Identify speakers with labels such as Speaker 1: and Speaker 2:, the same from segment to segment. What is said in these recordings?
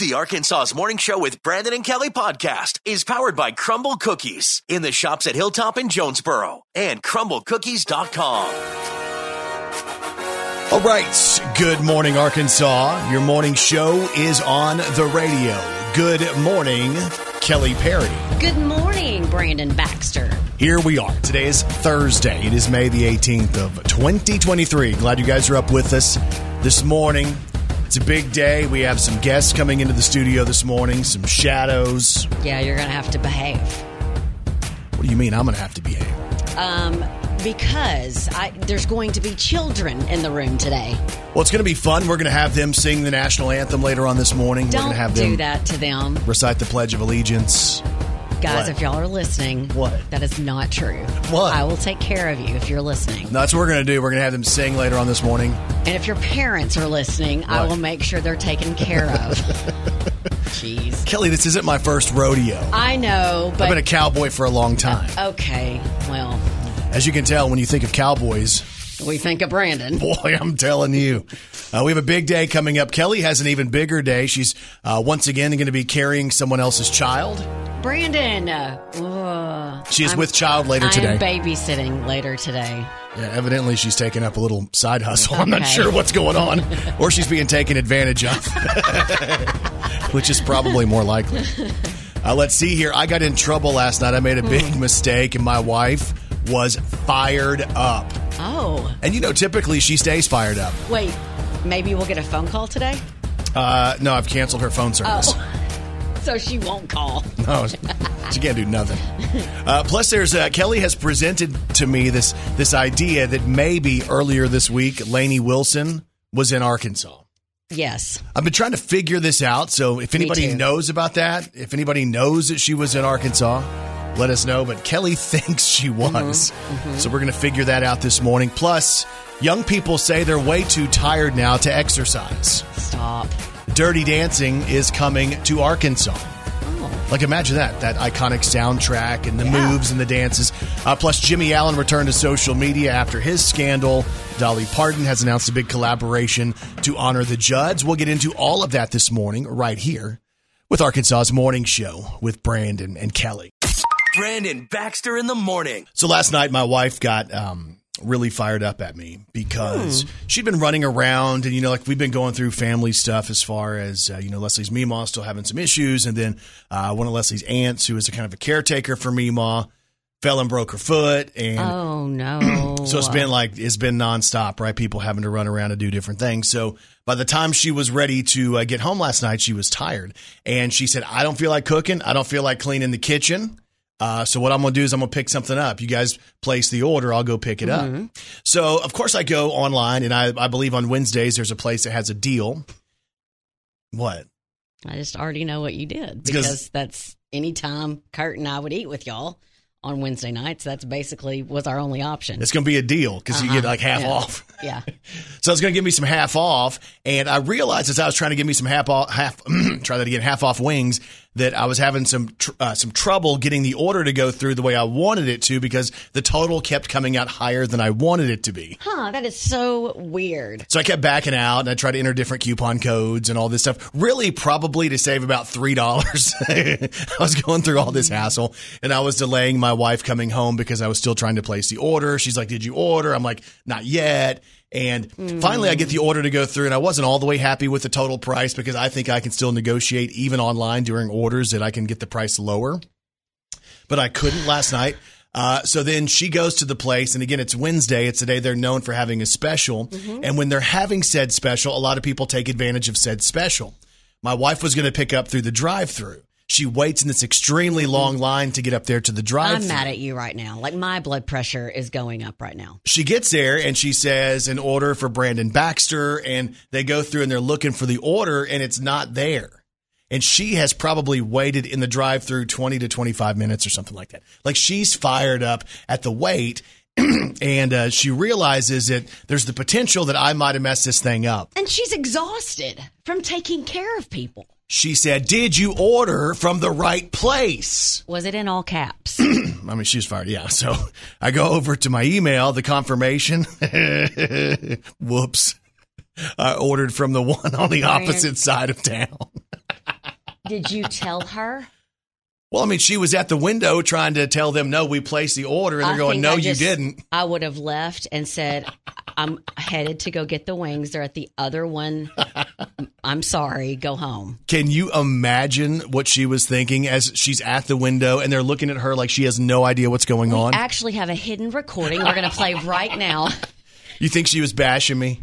Speaker 1: The Arkansas's Morning Show with Brandon and Kelly podcast is powered by Crumble Cookies in the shops at Hilltop and Jonesboro and crumblecookies.com.
Speaker 2: All right. Good morning, Arkansas. Your morning show is on the radio. Good morning, Kelly Perry.
Speaker 3: Good morning, Brandon Baxter.
Speaker 2: Here we are. Today is Thursday. It is May the 18th of 2023. Glad you guys are up with us this morning. It's a big day. We have some guests coming into the studio this morning, some shadows.
Speaker 3: Yeah, you're going to have to behave.
Speaker 2: What do you mean I'm going to have to behave?
Speaker 3: um, because I, there's going to be children in the room today.
Speaker 2: Well, it's going to be fun. We're going to have them sing the national anthem later on this morning. We're
Speaker 3: Don't
Speaker 2: going to have them
Speaker 3: do that to them,
Speaker 2: recite the Pledge of Allegiance. What?
Speaker 3: guys. If y'all are listening,
Speaker 2: What?
Speaker 3: That is not true.
Speaker 2: What?
Speaker 3: I will take care of you if you're listening,
Speaker 2: No, that's what we're going to do. We're going to have them sing later on this morning.
Speaker 3: and if your parents are listening, I
Speaker 2: What?
Speaker 3: will make sure they're taken care of. Jeez,
Speaker 2: Kelly, this isn't my first rodeo.
Speaker 3: I know,
Speaker 2: I've
Speaker 3: but
Speaker 2: been a cowboy for a long time.
Speaker 3: okay. Well,
Speaker 2: As you can tell, when you think of cowboys,
Speaker 3: we think of Brandon.
Speaker 2: boy, I'm telling you. Uh, we have a big day coming up. Kelly has an even bigger day. She's uh, once again going to be carrying someone else's child.
Speaker 3: Brandon. Uh,
Speaker 2: She is
Speaker 3: I'm-
Speaker 2: with child later
Speaker 3: I
Speaker 2: today.
Speaker 3: am babysitting later today.
Speaker 2: Yeah, evidently she's taking up a little side hustle. I'm not
Speaker 3: Okay.
Speaker 2: sure what's going on, or she's being taken advantage of, which is probably more likely. Uh, let's see here. I got in trouble last night. I made a big mistake, and my wife was fired up.
Speaker 3: Oh,
Speaker 2: And you know, typically she stays fired up.
Speaker 3: wait. Maybe we'll get a phone call today.
Speaker 2: Uh, no, I've canceled her phone service.
Speaker 3: so she won't call.
Speaker 2: No, she can't do nothing. Uh, plus, there's uh, Kelly has presented to me this this idea that maybe earlier this week Laney Wilson was in Arkansas.
Speaker 3: Yes.
Speaker 2: I've been trying to figure this out. So if anybody
Speaker 3: too.
Speaker 2: knows about that, if anybody knows that she was in Arkansas, let us know. But Kelly thinks she was. So we're going to figure that out this morning. Plus, young people say they're way too tired now to exercise.
Speaker 3: Stop.
Speaker 2: Dirty Dancing is coming to Arkansas.
Speaker 3: Oh.
Speaker 2: Like, imagine that, that iconic soundtrack and the
Speaker 3: Yeah.
Speaker 2: moves and the dances. Uh, plus, Jimmy Allen returned to social media after his scandal. Dolly Parton has announced a big collaboration to honor the Judds. We'll get into all of that this morning, right here, with Arkansas's Morning Show with Brandon and Kelly.
Speaker 1: Brandon Baxter in the morning.
Speaker 2: So last night, my wife got um, really fired up at me because she'd been running around, and you know, like we've been going through family stuff as far as uh, you know Leslie's Mima still having some issues, and then uh, one of Leslie's aunts, who is a kind of a caretaker for Mima, fell and broke her foot, and
Speaker 3: Oh no.
Speaker 2: so it's been like it's been nonstop, right? People having to run around and do different things. So by the time she was ready to uh, get home last night, she was tired, and she said, "I don't feel like cooking. I don't feel like cleaning the kitchen." Uh, so what I'm gonna do is I'm gonna pick something up. You guys place the order. I'll go pick it
Speaker 3: Mm-hmm.
Speaker 2: up. So of course I go online, and I, I believe on Wednesdays there's a place that has a deal. What?
Speaker 3: I just already know what you did
Speaker 2: Because-
Speaker 3: because that's any time Kurt and I would eat with y'all on Wednesday nights. That's basically was our only option.
Speaker 2: It's gonna be a deal because you get
Speaker 3: Uh-huh.
Speaker 2: like half
Speaker 3: Yeah.
Speaker 2: off.
Speaker 3: Yeah.
Speaker 2: So it's going to give me some half off, and I realized as I was trying to give me some half off, half try that again, half off wings, that I was having some tr- uh, some trouble getting the order to go through the way I wanted it to because the total kept coming out higher than I wanted it to be.
Speaker 3: Huh. That is so weird.
Speaker 2: So I kept backing out, and I tried to enter different coupon codes and all this stuff. Really, probably to save about three dollars. I was going through all this hassle, and I was delaying my wife coming home because I was still trying to place the order. She's like, "Did you order?" I'm like, "Not yet." And finally, I get the order to go through, and I wasn't all the way happy with the total price because I think I can still negotiate even online during orders that I can get the price lower but I couldn't last night. Uh, so then she goes to the place, and again, it's Wednesday. It's the day they're known for having a special.
Speaker 3: Mm-hmm.
Speaker 2: And when they're having said special, a lot of people take advantage of said special. My wife was going to pick up through the drive through. She waits in this extremely long line to get up there to the drive
Speaker 3: Mm-hmm. I'm
Speaker 2: through.
Speaker 3: mad at you right now. Like my blood pressure is going up right now.
Speaker 2: She gets there and she says, an order for Brandon Baxter. And they go through and they're looking for the order, and it's not there. And she has probably waited in the drive through 20 to 25 minutes or something like that. Like she's fired up at the wait. and uh, she realizes that there's the potential that I might have messed this thing up.
Speaker 3: And she's exhausted from taking care of people.
Speaker 2: She said, Did you order from the right place?
Speaker 3: Was it in all caps?
Speaker 2: I mean, she's fired. Yeah. So I go over to my email, the confirmation. Whoops. I ordered from the one on the opposite side of town.
Speaker 3: Did you tell her?
Speaker 2: Well, I mean, she was at the window trying to tell them, no, we placed the order. And they're
Speaker 3: I
Speaker 2: going,
Speaker 3: think
Speaker 2: no,
Speaker 3: I
Speaker 2: you
Speaker 3: just-
Speaker 2: didn't.
Speaker 3: I would have left and said, I'm headed to go get the wings. They're at the other one. I'm sorry. Go home.
Speaker 2: Can you imagine what she was thinking as she's at the window and they're looking at her like she has no idea what's going on?
Speaker 3: Actually, have a hidden recording we're going to play right now.
Speaker 2: you think she was bashing me?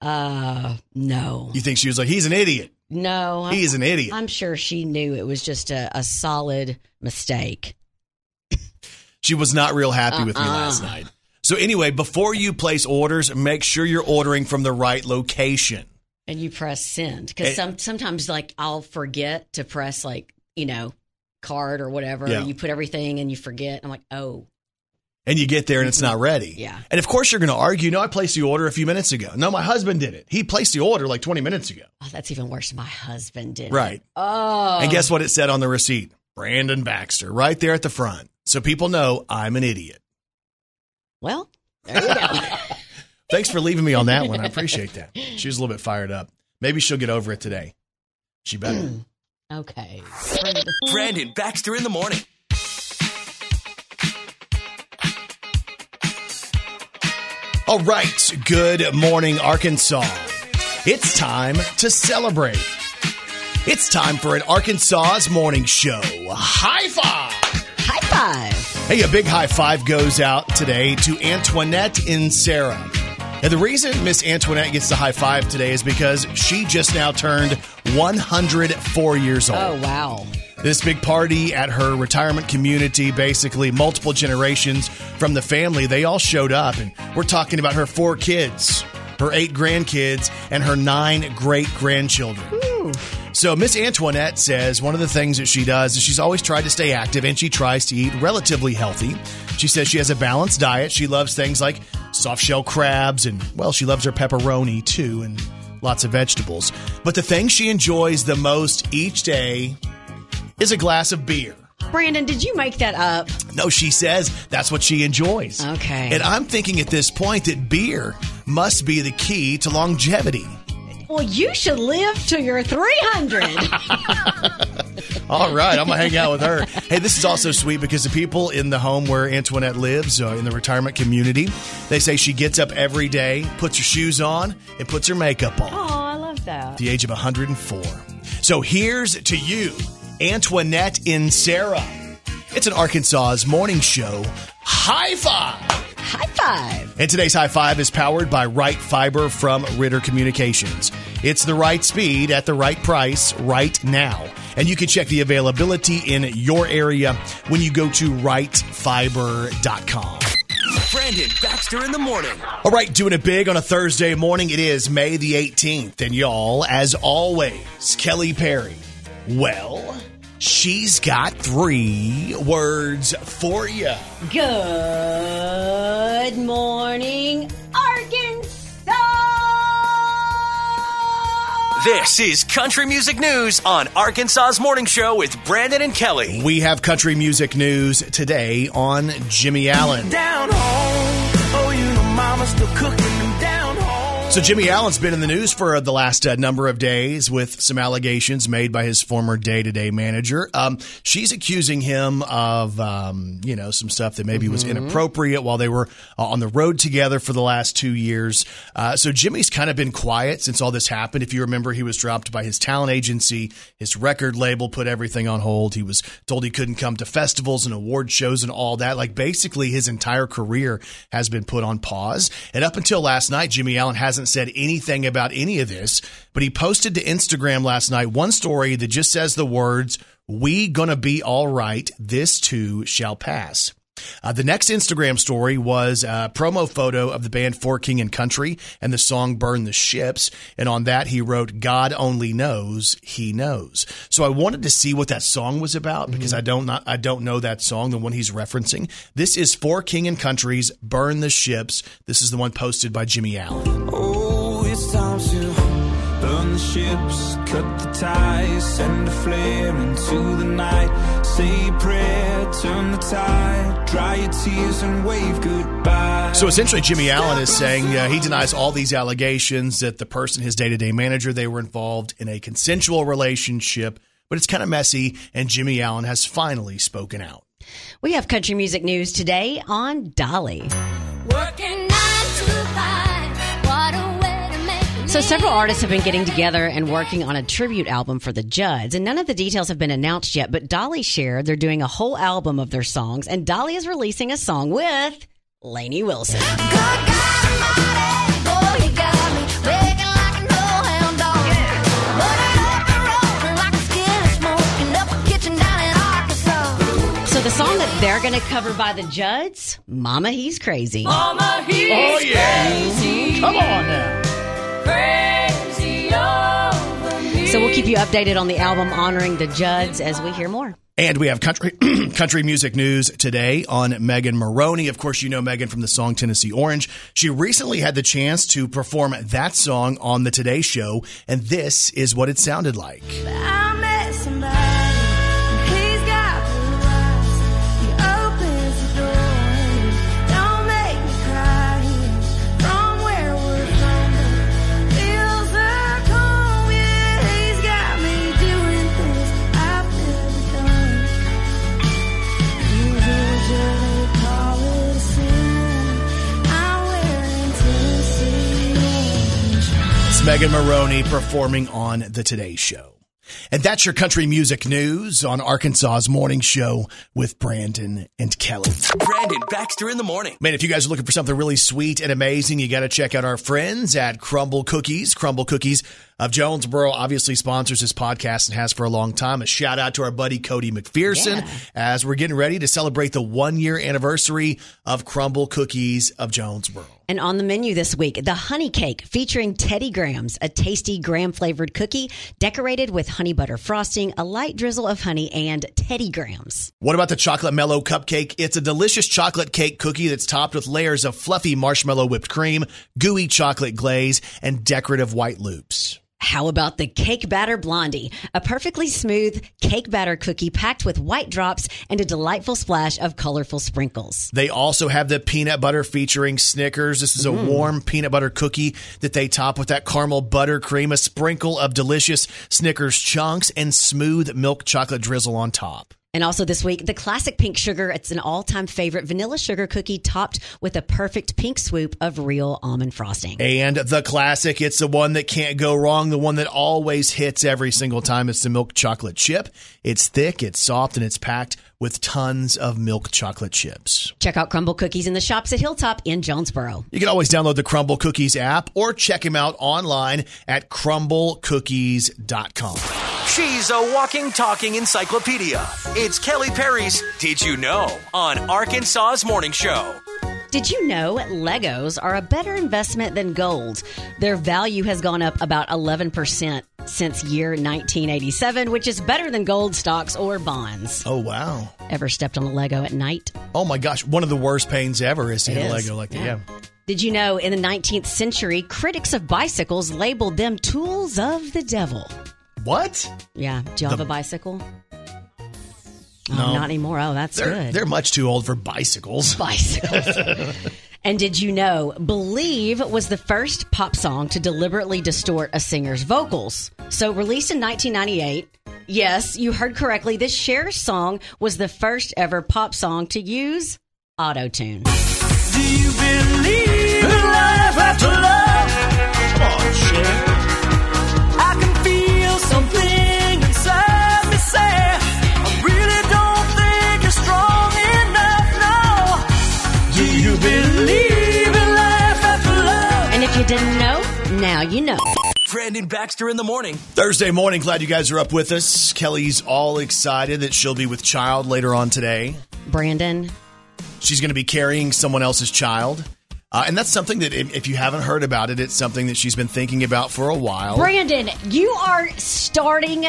Speaker 3: Uh, no.
Speaker 2: You think she was like, he's an idiot.
Speaker 3: No. I'm,
Speaker 2: He is an idiot.
Speaker 3: I'm sure she knew it was just a, a solid mistake.
Speaker 2: She was not real happy with me
Speaker 3: Uh-uh.
Speaker 2: last night. So anyway, before you place orders, make sure you're ordering from the right location.
Speaker 3: And you press send because
Speaker 2: It-
Speaker 3: some, sometimes, like, I'll forget to press, like, you know, card or whatever.
Speaker 2: Yeah.
Speaker 3: You put everything and you forget. I'm like, oh,
Speaker 2: And you get there and it's not ready.
Speaker 3: Mm-hmm. Yeah.
Speaker 2: And of course you're going to argue, no, I placed the order a few minutes ago. No, my husband did it. He placed the order like 20 minutes ago.
Speaker 3: oh that's even worse. My husband did. it.
Speaker 2: Right.
Speaker 3: Oh.
Speaker 2: And guess what it said on the receipt? Brandon Baxter, right there at the front. So people know I'm an idiot.
Speaker 3: Well, there you go.
Speaker 2: Thanks for leaving me on that one. I appreciate that. She was a little bit fired up. Maybe she'll get over it today. She better.
Speaker 3: okay.
Speaker 1: Brandon Baxter in the morning.
Speaker 2: All right. Good morning, Arkansas. It's time to celebrate. It's time for an Arkansas's morning show. High five.
Speaker 3: High five.
Speaker 2: Hey, a big high five goes out today to Antoinette and Sarah. And the reason Miss Antoinette gets the high five today is because she just now turned 104 years old.
Speaker 3: Oh, wow.
Speaker 2: This big party at her retirement community, basically multiple generations from the family, they all showed up. And we're talking about her four kids, her eight grandkids, and her nine great grandchildren. So, Miss Antoinette says one of the things that she does is she's always tried to stay active and she tries to eat relatively healthy. She says she has a balanced diet. She loves things like soft shell crabs and, well, she loves her pepperoni too and lots of vegetables. But the thing she enjoys the most each day is a glass of beer.
Speaker 3: Brandon, did you make that up?
Speaker 2: No, she says that's what she enjoys.
Speaker 3: Okay.
Speaker 2: And I'm thinking at this point that beer must be the key to longevity.
Speaker 3: Well, you should live till you're 300.
Speaker 2: All right, I'm gonna hang out with her. Hey, this is also sweet because the people in the home where Antoinette lives, uh, in the retirement community, they say she gets up every day, puts her shoes on, and puts her makeup on.
Speaker 3: oh, I love that.
Speaker 2: At the age of 104. So here's to you, Antoinette and Sarah. It's an Arkansas's morning show. High five.
Speaker 3: High five.
Speaker 2: And today's high five is powered by Right Fiber from Ritter Communications. It's the right speed at the right price right now. And you can check the availability in your area when you go to rightfiber.com.
Speaker 1: Brandon Baxter in the morning.
Speaker 2: All right, doing it big on a Thursday morning. It is May the 18th. And y'all, as always, Kelly Perry. Well, she's got three words for you.
Speaker 3: Good morning, Arkansas.
Speaker 1: This is Country Music News on Arkansas's Morning Show with Brandon and Kelly.
Speaker 2: We have country music news today on Jimmy Allen.
Speaker 1: Down home. Oh, you know, mama's still cooking them down home.
Speaker 2: So Jimmy Allen's been in the news for the last uh, number of days with some allegations made by his former day-to-day manager. Um, she's accusing him of, um, you know, some stuff that maybe was inappropriate while they were uh, on the road together for the last two years. Uh, so Jimmy's kind of been quiet since all this happened. If you remember, he was dropped by his talent agency, his record label put everything on hold. He was told he couldn't come to festivals and award shows and all that. Like basically, his entire career has been put on pause. And up until last night, Jimmy Allen hasn't said anything about any of this, but he posted to Instagram last night one story that just says the words, We gonna be all right. This too shall pass. Uh, the next Instagram story was a promo photo of the band Four King and Country and the song Burn the Ships. And on that, he wrote, God only knows, he knows. So I wanted to see what that song was about because I don't not, I don't know that song, the one he's referencing. This is Four King and Country's Burn the Ships. This is the one posted by Jimmy Allen.
Speaker 4: Oh, it's time to burn the ships, cut the ties, send a flare into the night. Say a prayer, turn the tide, dry your tears and wave goodbye.
Speaker 2: So essentially, Jimmy Allen is saying uh, he denies all these allegations that the person, his day to day manager, they were involved in a consensual relationship. but it's kind of messy. And Jimmy Allen has finally spoken out.
Speaker 3: We have country music news today on Dolly.
Speaker 5: Working nine to five. What a way to make a
Speaker 3: So, several
Speaker 5: living.
Speaker 3: artists have been getting together and working on a tribute album for the Judds, and none of the details have been announced yet. But Dolly shared they're doing a whole album of their songs, and Dolly is releasing a song with Lainey Wilson.
Speaker 5: God got him boy, he got me begging like an old hound dog. Burning up and roaring like a skin of smoking up a kitchen down in Arkansas.
Speaker 3: So, the song that they're going to cover by the Judds, Mama He's Crazy.
Speaker 6: Mama, he's oh, yeah. crazy. Come on now. Crazy over me.
Speaker 3: So, we'll keep you updated on the album honoring the Judds as we hear more.
Speaker 2: And we have country country music news today on Megan Maroney. Of course, you know Megan from the song Tennessee Orange. She recently had the chance to perform that song on the Today Show, and this is what it sounded like.
Speaker 5: I met somebody, and he's got blue eyes. He opens the door, and don't make me cry. He's from where we're from, but feels like home. Yeah, he's got me doing things I've never done. You usually call it a sin. I'm wearing Tennessee.
Speaker 2: It's Megan Maroney performing on the Today Show. And that's your country music news on Arkansas's morning show with Brandon and Kelly.
Speaker 1: Brandon Baxter in the morning.
Speaker 2: Man, if you guys are looking for something really sweet and amazing, you got to check out our friends at Crumble Cookies. Crumble Cookies of Jonesboro obviously sponsors this podcast and has for a long time. A shout out to our buddy Cody McPherson as we're getting ready to celebrate the one year anniversary of Crumble Cookies of Jonesboro.
Speaker 3: And on the menu this week, the honey cake featuring Teddy Grahams, a tasty graham flavored cookie decorated with honey butter frosting, a light drizzle of honey, and Teddy Grahams.
Speaker 2: What about the chocolate mellow cupcake? It's a delicious chocolate cake cookie that's topped with layers of fluffy marshmallow whipped cream, gooey chocolate glaze, and decorative white loops.
Speaker 3: How about the Cake Batter Blondie? A perfectly smooth cake batter cookie packed with white drops and a delightful splash of colorful sprinkles.
Speaker 2: They also have the peanut butter featuring Snickers. This is a warm peanut butter cookie that they top with that caramel buttercream, a sprinkle of delicious Snickers chunks, and smooth milk chocolate drizzle on top.
Speaker 3: And also this week, the classic pink sugar. It's an all time favorite vanilla sugar cookie topped with a perfect pink swoop of real almond frosting.
Speaker 2: And the classic, it's the one that can't go wrong, the one that always hits every single time. It's the milk chocolate chip. It's thick, it's soft, and it's packed with tons of milk chocolate chips.
Speaker 3: Check out Crumble Cookies in the shops at Hilltop in Jonesboro.
Speaker 2: You can always download the Crumble Cookies app or check him out online at crumblecookies.com.
Speaker 1: She's a walking, talking encyclopedia. It's Kelly Perry's Did You Know on Arkansas's Morning Show.
Speaker 3: Did you know Legos are a better investment than gold? Their value has gone up about 11% since year 1987, which is better than gold stocks or bonds.
Speaker 2: Oh, wow.
Speaker 3: Ever stepped on a Lego at night?
Speaker 2: Oh my gosh, one of the worst pains ever is to
Speaker 3: It
Speaker 2: hit a
Speaker 3: is.
Speaker 2: Lego like that. Yeah.
Speaker 3: Did you know in the 19th century, critics of bicycles labeled them tools of the devil?
Speaker 2: What?
Speaker 3: Yeah. Do you have a bicycle? Oh, not anymore. Oh, that's
Speaker 2: They're,
Speaker 3: good.
Speaker 2: they're much too old for bicycles.
Speaker 3: bicycles. and did you know Believe was the first pop song to deliberately distort a singer's vocals? So released in 1998, yes, you heard correctly, this Cher song was the first ever pop song to use autotune.
Speaker 4: Do you believe in life after love? Come on, Cher. I can feel something inside me say, I really don't think you're strong enough, no. Do you believe in life after love?
Speaker 3: And if you didn't know, now you know.
Speaker 1: Brandon Baxter in the morning.
Speaker 2: Thursday morning, glad you guys are up with us. Kelly's all excited that she'll be with child later on today.
Speaker 3: Brandon,
Speaker 2: She's going to be carrying someone else's child. Uh, and that's something that, if, if you haven't heard about it, it's something that she's been thinking about for a while.
Speaker 3: Brandon, you are starting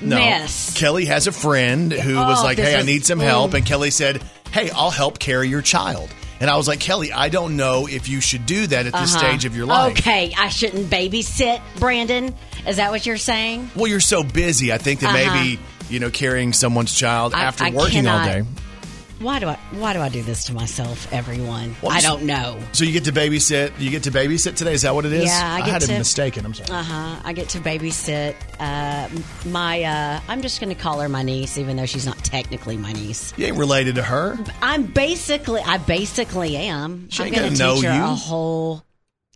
Speaker 2: No.
Speaker 3: mess.
Speaker 2: Kelly has a friend who was
Speaker 3: Oh,
Speaker 2: like,
Speaker 3: this
Speaker 2: "Hey, I
Speaker 3: is-
Speaker 2: need some help," and Kelly said, "Hey, I'll help carry your child." And I was like, "Kelly, I don't know if you should do that at this stage of your life.
Speaker 3: Uh-huh. Okay, I shouldn't babysit, Brandon. Is that what you're saying?
Speaker 2: Well, you're so busy. I think that maybe you know carrying someone's child
Speaker 3: Uh-huh. I-
Speaker 2: after
Speaker 3: I
Speaker 2: working all
Speaker 3: cannot.
Speaker 2: day.
Speaker 3: Why do I why do I do this to myself, everyone? I don't know.
Speaker 2: So you get to babysit. You get to babysit today. Is that what it is?
Speaker 3: Yeah, I get
Speaker 2: had
Speaker 3: to-
Speaker 2: it mistaken. I'm sorry.
Speaker 3: Uh huh. I get to babysit uh, m- my. Uh, I'm just going to call her my niece, even though she's not technically my niece.
Speaker 2: you ain't related to her.
Speaker 3: I'm basically. I basically am.
Speaker 2: She
Speaker 3: I'm
Speaker 2: ain't
Speaker 3: going to teach
Speaker 2: gonna know
Speaker 3: her a
Speaker 2: you.
Speaker 3: whole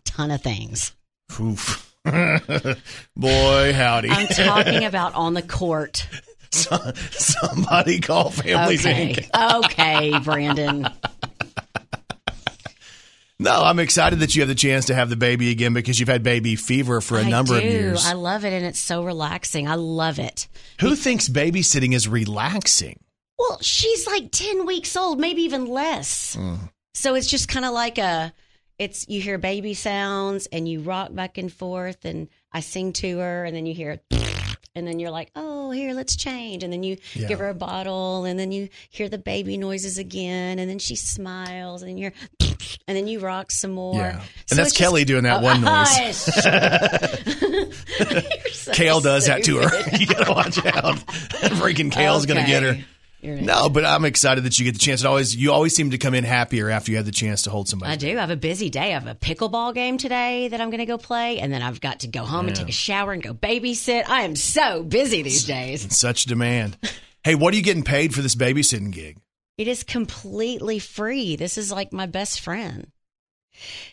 Speaker 3: ton of things.
Speaker 2: Oof. Boy, howdy.
Speaker 3: I'm talking about on the court.
Speaker 2: So- Somebody call Families
Speaker 3: okay.
Speaker 2: Inc.
Speaker 3: okay, Brandon.
Speaker 2: No, I'm excited that you have the chance to have the baby again because you've had baby fever for a
Speaker 3: I
Speaker 2: number
Speaker 3: do.
Speaker 2: of years.
Speaker 3: I love it, and it's so relaxing. I love it.
Speaker 2: Who thinks babysitting is relaxing?
Speaker 3: Well, she's like 10 weeks old, maybe even less.
Speaker 2: Mm.
Speaker 3: So it's just kind of like a it's you hear baby sounds and you rock back and forth and I sing to her and then you hear and then you're like, "Oh, here, let's change." And then you
Speaker 2: Yeah.
Speaker 3: give her a bottle and then you hear the baby noises again and then she smiles and you're and then you rock some more.
Speaker 2: Yeah. And
Speaker 3: So
Speaker 2: that's
Speaker 3: it's Oh,
Speaker 2: Kelly doing that one noise.
Speaker 3: Hush. You're so
Speaker 2: Kale does that to
Speaker 3: stupid.
Speaker 2: her. you gotta watch out. Freaking Kale's gonna
Speaker 3: Okay.
Speaker 2: get her.
Speaker 3: You're right.
Speaker 2: No, but I'm excited that you get the chance. It always you always seem to come in happier after you have the chance to hold somebody.
Speaker 3: I do. I have a busy day. I have a pickleball game today that I'm going to go play, and then I've got to go home and take a shower and go babysit. I am so busy these days.
Speaker 2: Such demand. hey, what are you getting paid for this babysitting gig?
Speaker 3: It is completely free. This is like my best friend.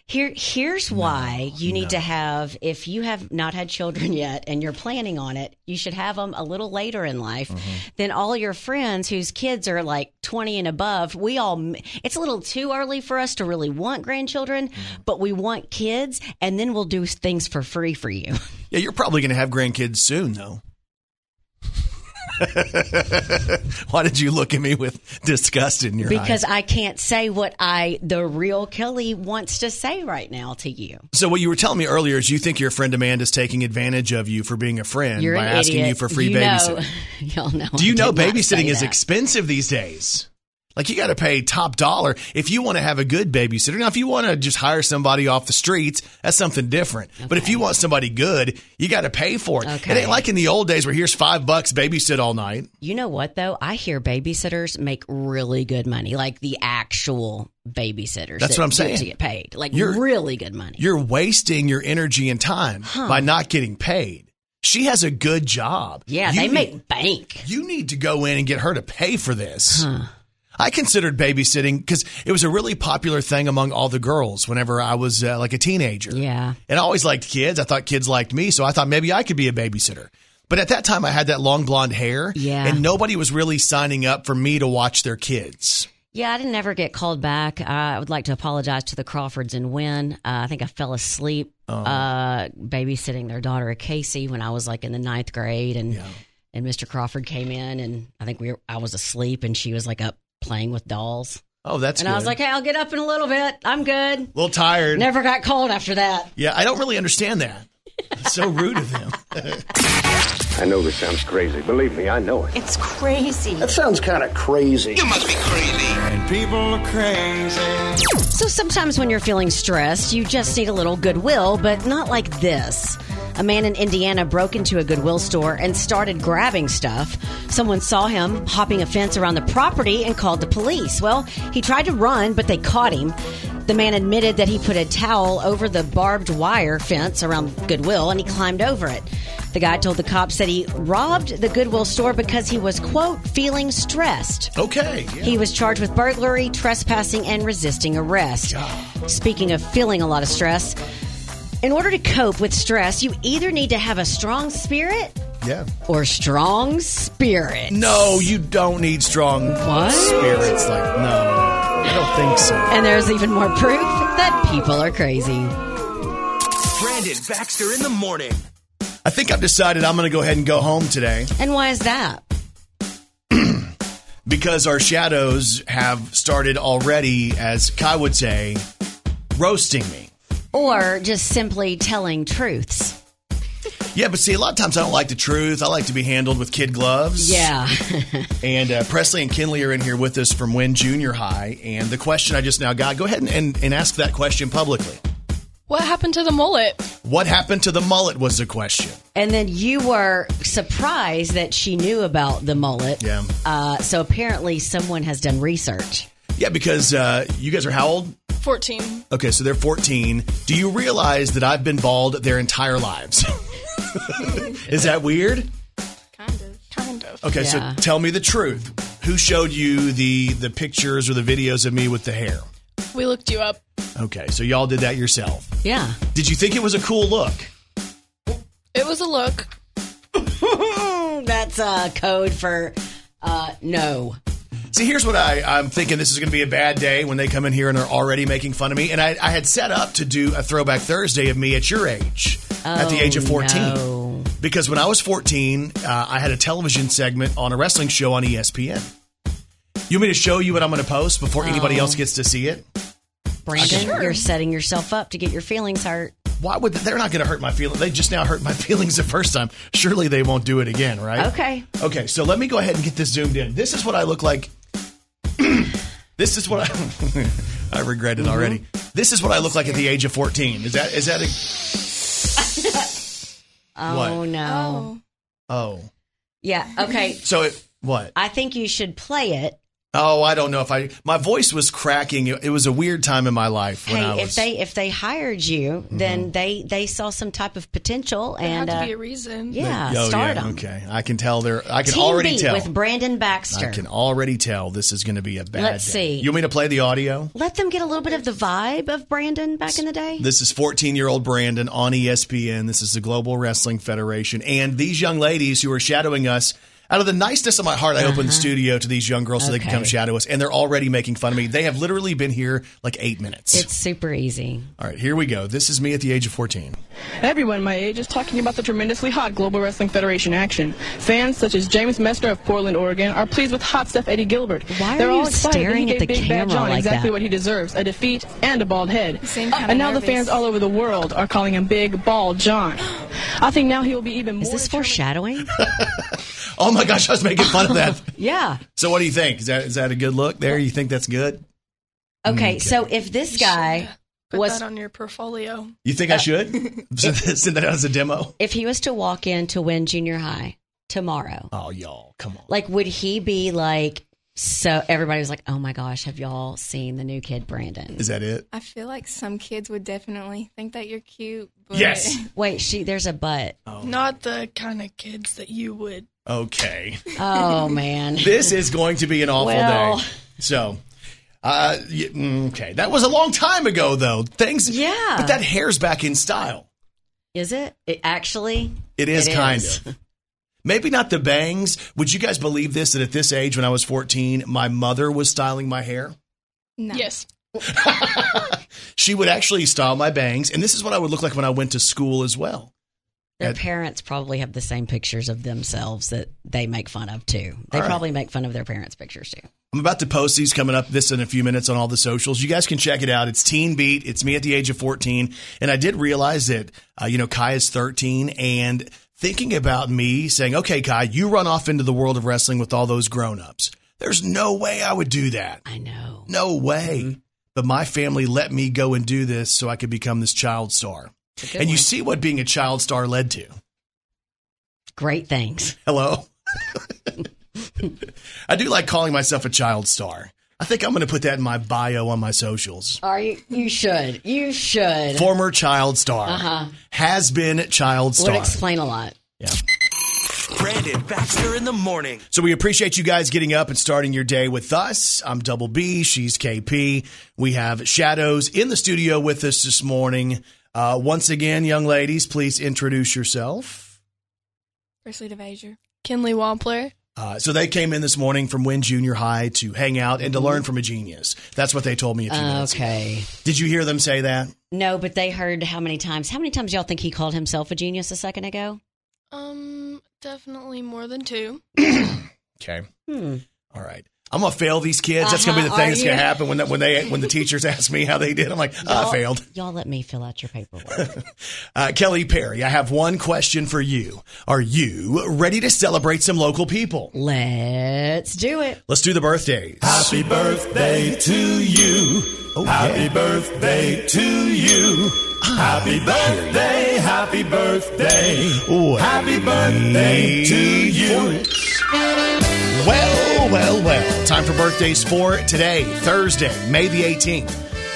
Speaker 3: Here, here's why you need to have if you have not had children yet and you're planning on it, you should have them a little later in life than all your friends whose kids are like 20 and above. We all it's a little too early for us to really want grandchildren, but we want kids, and then we'll do things for free for you.
Speaker 2: Yeah, you're probably gonna have grandkids soon though. Why did you look at me with disgust in your eyes?
Speaker 3: Because I can't say what I the real Kelly wants to say right now to you.
Speaker 2: So what you were telling me earlier is you think your friend Amanda is taking advantage of you for being a friend
Speaker 3: You're
Speaker 2: by
Speaker 3: an
Speaker 2: asking
Speaker 3: idiot.
Speaker 2: you for free
Speaker 3: You know-
Speaker 2: babysitting.
Speaker 3: y'all know.
Speaker 2: Do
Speaker 3: I
Speaker 2: you know
Speaker 3: did not say
Speaker 2: babysitting is
Speaker 3: that.
Speaker 2: expensive these days? Like you got to pay top dollar if you want to have a good babysitter. Now, if you want to just hire somebody off the streets, that's something different. But if you want somebody good, you got to pay for it. It
Speaker 3: Okay.
Speaker 2: ain't like in the old days where here's five bucks, babysit all night.
Speaker 3: You know what though? I hear babysitters make really good money, like the actual babysitters.
Speaker 2: That's
Speaker 3: that
Speaker 2: what I'm
Speaker 3: do-
Speaker 2: saying.
Speaker 3: To get paid, like
Speaker 2: You're-
Speaker 3: really good money.
Speaker 2: You're wasting your energy and time by not getting paid. She has a good job.
Speaker 3: yeah,
Speaker 2: You
Speaker 3: they
Speaker 2: need-
Speaker 3: make bank.
Speaker 2: you need to go in and get her to pay for this. I considered babysitting because it was a really popular thing among all the girls whenever I was uh, like a teenager.
Speaker 3: Yeah.
Speaker 2: And I always liked kids. I thought kids liked me. So I thought maybe I could be a babysitter. But at that time, I had that long blonde hair.
Speaker 3: Yeah.
Speaker 2: And nobody was really signing up for me to watch their kids.
Speaker 3: Yeah, I didn't ever get called back. Uh, I would like to apologize to the Crawfords and Wynn. Uh, I think I fell asleep
Speaker 2: Oh.
Speaker 3: uh, babysitting their daughter Casey when I was like in the ninth grade, and and Mr. Crawford came in, and I think we were, I was asleep, and she was like up playing with dolls,
Speaker 2: Oh, that's
Speaker 3: and I was
Speaker 2: good.
Speaker 3: like, "Hey, I'll get up in a little bit. I'm good."
Speaker 2: a little tired.
Speaker 3: Never got called after that.
Speaker 2: Yeah, I don't really understand that. It's so rude of them.
Speaker 7: I know this sounds crazy. Believe me, I know it.
Speaker 8: It's crazy.
Speaker 7: That sounds kind of crazy.
Speaker 4: And people are crazy.
Speaker 3: So sometimes when you're feeling stressed, you just need a little goodwill, but not like this. A man in Indiana broke into a Goodwill store and started grabbing stuff. Someone saw him hopping a fence around the property and called the police. Well, he tried to run, but they caught him. The man admitted that he put a towel over the barbed wire fence around Goodwill and he climbed over it. The guy told the cops that he robbed the Goodwill store because he was, quote, feeling stressed.
Speaker 2: Okay. yeah.
Speaker 3: He was charged with burglary, trespassing, and resisting arrest. Speaking of feeling a lot of stress, in order to cope with stress, you either need to have a strong spirit
Speaker 2: Yeah.
Speaker 3: or strong spirit.
Speaker 2: No, you don't need strong
Speaker 3: What?
Speaker 2: spirits. Like, no, I don't think so.
Speaker 3: And there's even more proof that people are crazy.
Speaker 1: Brandon Baxter in the morning.
Speaker 2: I think I've decided I'm going to go ahead and go home today
Speaker 3: And why is that?
Speaker 2: because our shadows have started already, as Kai would say, roasting me.
Speaker 3: Or just simply telling truths.
Speaker 2: Yeah, but see, a lot of times I don't like the truth. I like to be handled with kid gloves.
Speaker 3: Yeah.
Speaker 2: And uh, Presley and Kinley are in here with us from Wynn Junior High. And the question I just now got, go ahead and, and, and ask that question publicly.
Speaker 6: What happened to the mullet?
Speaker 2: What happened to the mullet was the question.
Speaker 3: And then you were surprised that she knew about the mullet.
Speaker 2: Yeah.
Speaker 3: Uh, so apparently, someone has done research.
Speaker 2: Yeah, because uh, you guys are how old?
Speaker 6: 14.
Speaker 2: Okay, so they're 14. Do you realize that I've been bald their entire lives? Is that weird?
Speaker 6: Kind of. Kind of.
Speaker 2: Okay,
Speaker 3: Yeah.
Speaker 2: so tell me the truth. Who showed you the the pictures or the videos of me with the hair?
Speaker 6: We looked you up.
Speaker 2: Okay, so y'all did that yourself.
Speaker 3: Yeah.
Speaker 2: Did you think it was a cool look?
Speaker 6: It was a look.
Speaker 3: That's uh, code for uh, no.
Speaker 2: See, here's what I, I'm thinking. This is going to be a bad day when they come in here and are already making fun of me. And I, I had set up to do a throwback Thursday of me at your age, at the age of 14.
Speaker 3: Oh, no.
Speaker 2: Because when I was 14, uh, I had a television segment on a wrestling show on E ESPN. You want me to show you what I'm going to post before anybody
Speaker 3: Oh.
Speaker 2: else gets to see it?
Speaker 3: Brandon, you're setting yourself up to get your feelings hurt.
Speaker 2: Why would they're not going to hurt my feelings? They just now hurt my feelings the first time. Surely they won't do it again, right?
Speaker 3: Okay.
Speaker 2: Okay, so let me go ahead and get this zoomed in. This is what I look like. this is what I, I regret it
Speaker 3: Mm-hmm.
Speaker 2: already. This is what I look like at the age of 14. Is that is that a
Speaker 3: Oh,
Speaker 2: What?
Speaker 3: no.
Speaker 2: Oh.
Speaker 3: Yeah. Okay.
Speaker 2: So it what?
Speaker 3: I think you should play it.
Speaker 2: Oh, I don't know if I my voice was cracking. It, it was a weird time in my life when I
Speaker 3: hey,
Speaker 2: was Mm-hmm.
Speaker 3: if they uh, if they hired you, then they they saw some type of potential
Speaker 6: There
Speaker 3: and
Speaker 6: had to
Speaker 3: uh,
Speaker 6: be a reason.
Speaker 3: yeah,
Speaker 2: Oh,
Speaker 3: stardom.
Speaker 2: yeah, okay. I can tell there I can
Speaker 3: Team
Speaker 2: already
Speaker 3: Beat
Speaker 2: tell.
Speaker 3: with Brandon Baxter.
Speaker 2: I can already tell this is going to be a bad
Speaker 3: Let's
Speaker 2: day.
Speaker 3: see.
Speaker 2: You want me to play the audio?
Speaker 3: Let them get a little bit of the vibe of Brandon back in the day.
Speaker 2: This is 14 year old Brandon on E ESPN. This is the Global Wrestling Federation. And these young ladies who are shadowing us, out of the niceness of my heart, I opened the studio to these young girls so they can
Speaker 3: Uh-huh. Okay.
Speaker 2: come shadow us. And they're already making fun of me. They have literally been here like eight minutes.
Speaker 3: It's super easy.
Speaker 2: All right, here we go. This is me at the age of 14.
Speaker 8: Everyone my age is talking about the tremendously hot Global Wrestling Federation action. Fans such as James Mester of Portland, Oregon, are pleased with hot stuff Eddie Gilbert.
Speaker 3: Why are
Speaker 8: They're
Speaker 3: you
Speaker 8: all excited that
Speaker 3: staring
Speaker 8: he gave
Speaker 3: at the
Speaker 8: Big Bad
Speaker 3: camera
Speaker 8: John
Speaker 3: like
Speaker 8: exactly
Speaker 3: that?
Speaker 8: what he deserves, a defeat and a bald head.
Speaker 6: seem kinda
Speaker 8: And now the
Speaker 6: nervous.
Speaker 8: fans all over the world are calling him Big Bald John. I think now he will be even more
Speaker 3: Is this
Speaker 8: determined-
Speaker 3: foreshadowing?
Speaker 2: Oh my gosh, I was making fun of that.
Speaker 3: yeah.
Speaker 2: so, what do you think? Is that, is that a good look there? You think that's good? Mm,
Speaker 3: Okay, so if this guy
Speaker 6: Put
Speaker 3: was
Speaker 6: that on your portfolio.
Speaker 2: You think
Speaker 3: Uh,
Speaker 2: I should? send, send that out as a demo?
Speaker 3: if he was to walk in to win junior high tomorrow,
Speaker 2: Oh, y'all, come on.
Speaker 3: like would he be like so everybody was like, "Oh my gosh, have y'all seen the new kid Brandon?"
Speaker 2: Is that it?
Speaker 9: I feel like some kids would definitely think that you're cute. But
Speaker 2: Yes.
Speaker 3: Wait, she there's a butt.
Speaker 2: Oh.
Speaker 6: Not the kind of kids that you would.
Speaker 2: Okay.
Speaker 3: Oh man.
Speaker 2: this is going to be an awful
Speaker 3: Well.
Speaker 2: day. So, uh, y- mm, okay, that was a long time ago, though. Things,
Speaker 3: Yeah.
Speaker 2: but that hair's back in style.
Speaker 3: Is it? It actually
Speaker 2: It is kind
Speaker 3: is.
Speaker 2: of. Maybe not the bangs. Would you guys believe this? That at this age, when I was fourteen, my mother was styling my hair.
Speaker 9: no.
Speaker 6: Yes.
Speaker 2: She would actually style my bangs, and this is what I would look like when I went to school as well.
Speaker 3: Their
Speaker 2: That-
Speaker 3: parents probably have the same pictures of themselves that they make fun of too. They
Speaker 2: All right.
Speaker 3: probably make fun of their parents' pictures too.
Speaker 2: I'm about to post these coming up this in a few minutes on all the socials. You guys can check it out. It's Teen Beat. It's me at the age of 14. And I did realize that, uh, you know, Kai is 13 and thinking about me saying, okay, Kai, you run off into the world of wrestling with all those grown ups. There's no way I would do that.
Speaker 3: I know.
Speaker 2: No way.
Speaker 3: Mm-hmm.
Speaker 2: But my family let me go and do this so I could become this child star.
Speaker 3: good
Speaker 2: And you
Speaker 3: one.
Speaker 2: see what being a child star led to.
Speaker 3: Great things.
Speaker 2: Hello. I do like calling myself a child star. I think I'm going to put that in my bio on my socials.
Speaker 3: Are you you should. You should.
Speaker 2: Former child star.
Speaker 3: Uh-huh.
Speaker 2: Has been child
Speaker 3: Would
Speaker 2: star.
Speaker 3: explain a lot.
Speaker 1: Brandon Baxter in the morning.
Speaker 2: so we appreciate you guys getting up and starting your day with us. I'm Double B. She's KP. We have Shadows in the studio with us this morning. Uh, once again, young ladies, please introduce yourself.
Speaker 9: Presley DeVasure.
Speaker 6: Kinley Wampler.
Speaker 2: Uh, so they came in this morning from Wynn Junior High to hang out and to learn from a genius. That's what they told me a few minutes ago.
Speaker 3: Mm-hmm. Okay.
Speaker 2: Did you hear them say that?
Speaker 3: No, but they heard how many times? How many times y'all think he called himself a genius a second ago?
Speaker 6: Um, definitely more than two.
Speaker 2: Okay. All right. I'm gonna fail these kids. That's gonna be the
Speaker 3: Uh-huh,
Speaker 2: thing
Speaker 3: are
Speaker 2: that's gonna
Speaker 3: you?
Speaker 2: happen when that when they when the teachers ask me how they did. I'm like, I failed.
Speaker 3: Y'all let me fill out your paperwork.
Speaker 2: Uh, Kelly Perry, I have one question for you. Are you ready to celebrate some local people?
Speaker 3: Let's do it.
Speaker 2: Let's do the birthdays.
Speaker 4: Happy birthday to you. Happy birthday to you. Happy birthday, happy birthday.
Speaker 2: Wait.
Speaker 4: Happy birthday to you.
Speaker 2: Well, well, well. Time for birthdays for today, Thursday, May the 18th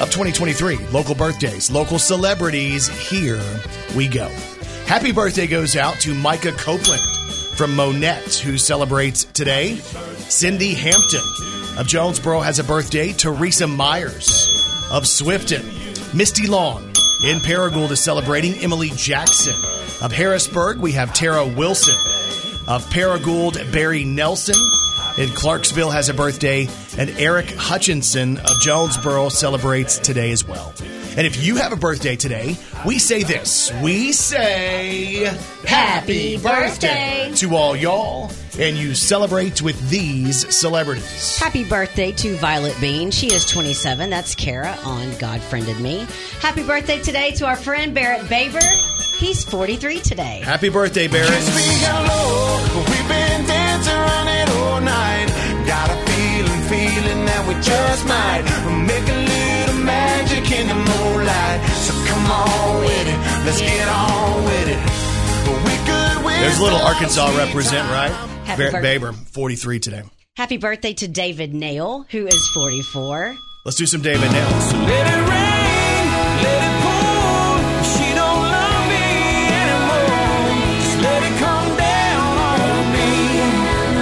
Speaker 2: of 2023. Local birthdays, local celebrities. Here we go. Happy birthday goes out to Micah Copeland from Monette, who celebrates today. Cindy Hampton of Jonesboro has a birthday. Teresa Myers of Swifton. Misty Long in Paragould is celebrating. Emily Jackson of Harrisburg. We have Tara Wilson of Paragould Barry Nelson. In Clarksville has a birthday, and Eric Hutchinson of Jonesboro celebrates today as well. And if you have a birthday today, we say this. We say
Speaker 3: Happy birthday.
Speaker 2: to all y'all, and you celebrate with these celebrities.
Speaker 3: Happy birthday to Violet Bean. She is 27. That's Kara on God Friended Me. Happy birthday today to our friend Barrett Baber. He's 43 today.
Speaker 2: Happy birthday, Barrett.
Speaker 4: We've been dancing around it all night. Got a feeling, feeling that we just might make a little magic in the moonlight. So come on with it, let's get on with it. We good with
Speaker 2: There's a little
Speaker 4: some
Speaker 2: Arkansas
Speaker 4: sweet
Speaker 2: represent,
Speaker 4: time.
Speaker 2: right?
Speaker 3: Happy
Speaker 2: Barrett
Speaker 3: birthday.
Speaker 2: Baber, 43 today.
Speaker 3: Happy birthday to David Nail, who is 44.
Speaker 2: Let's do some David now.
Speaker 4: Let it rain, let it pour. She don't love me anymore. Just let it come down on me.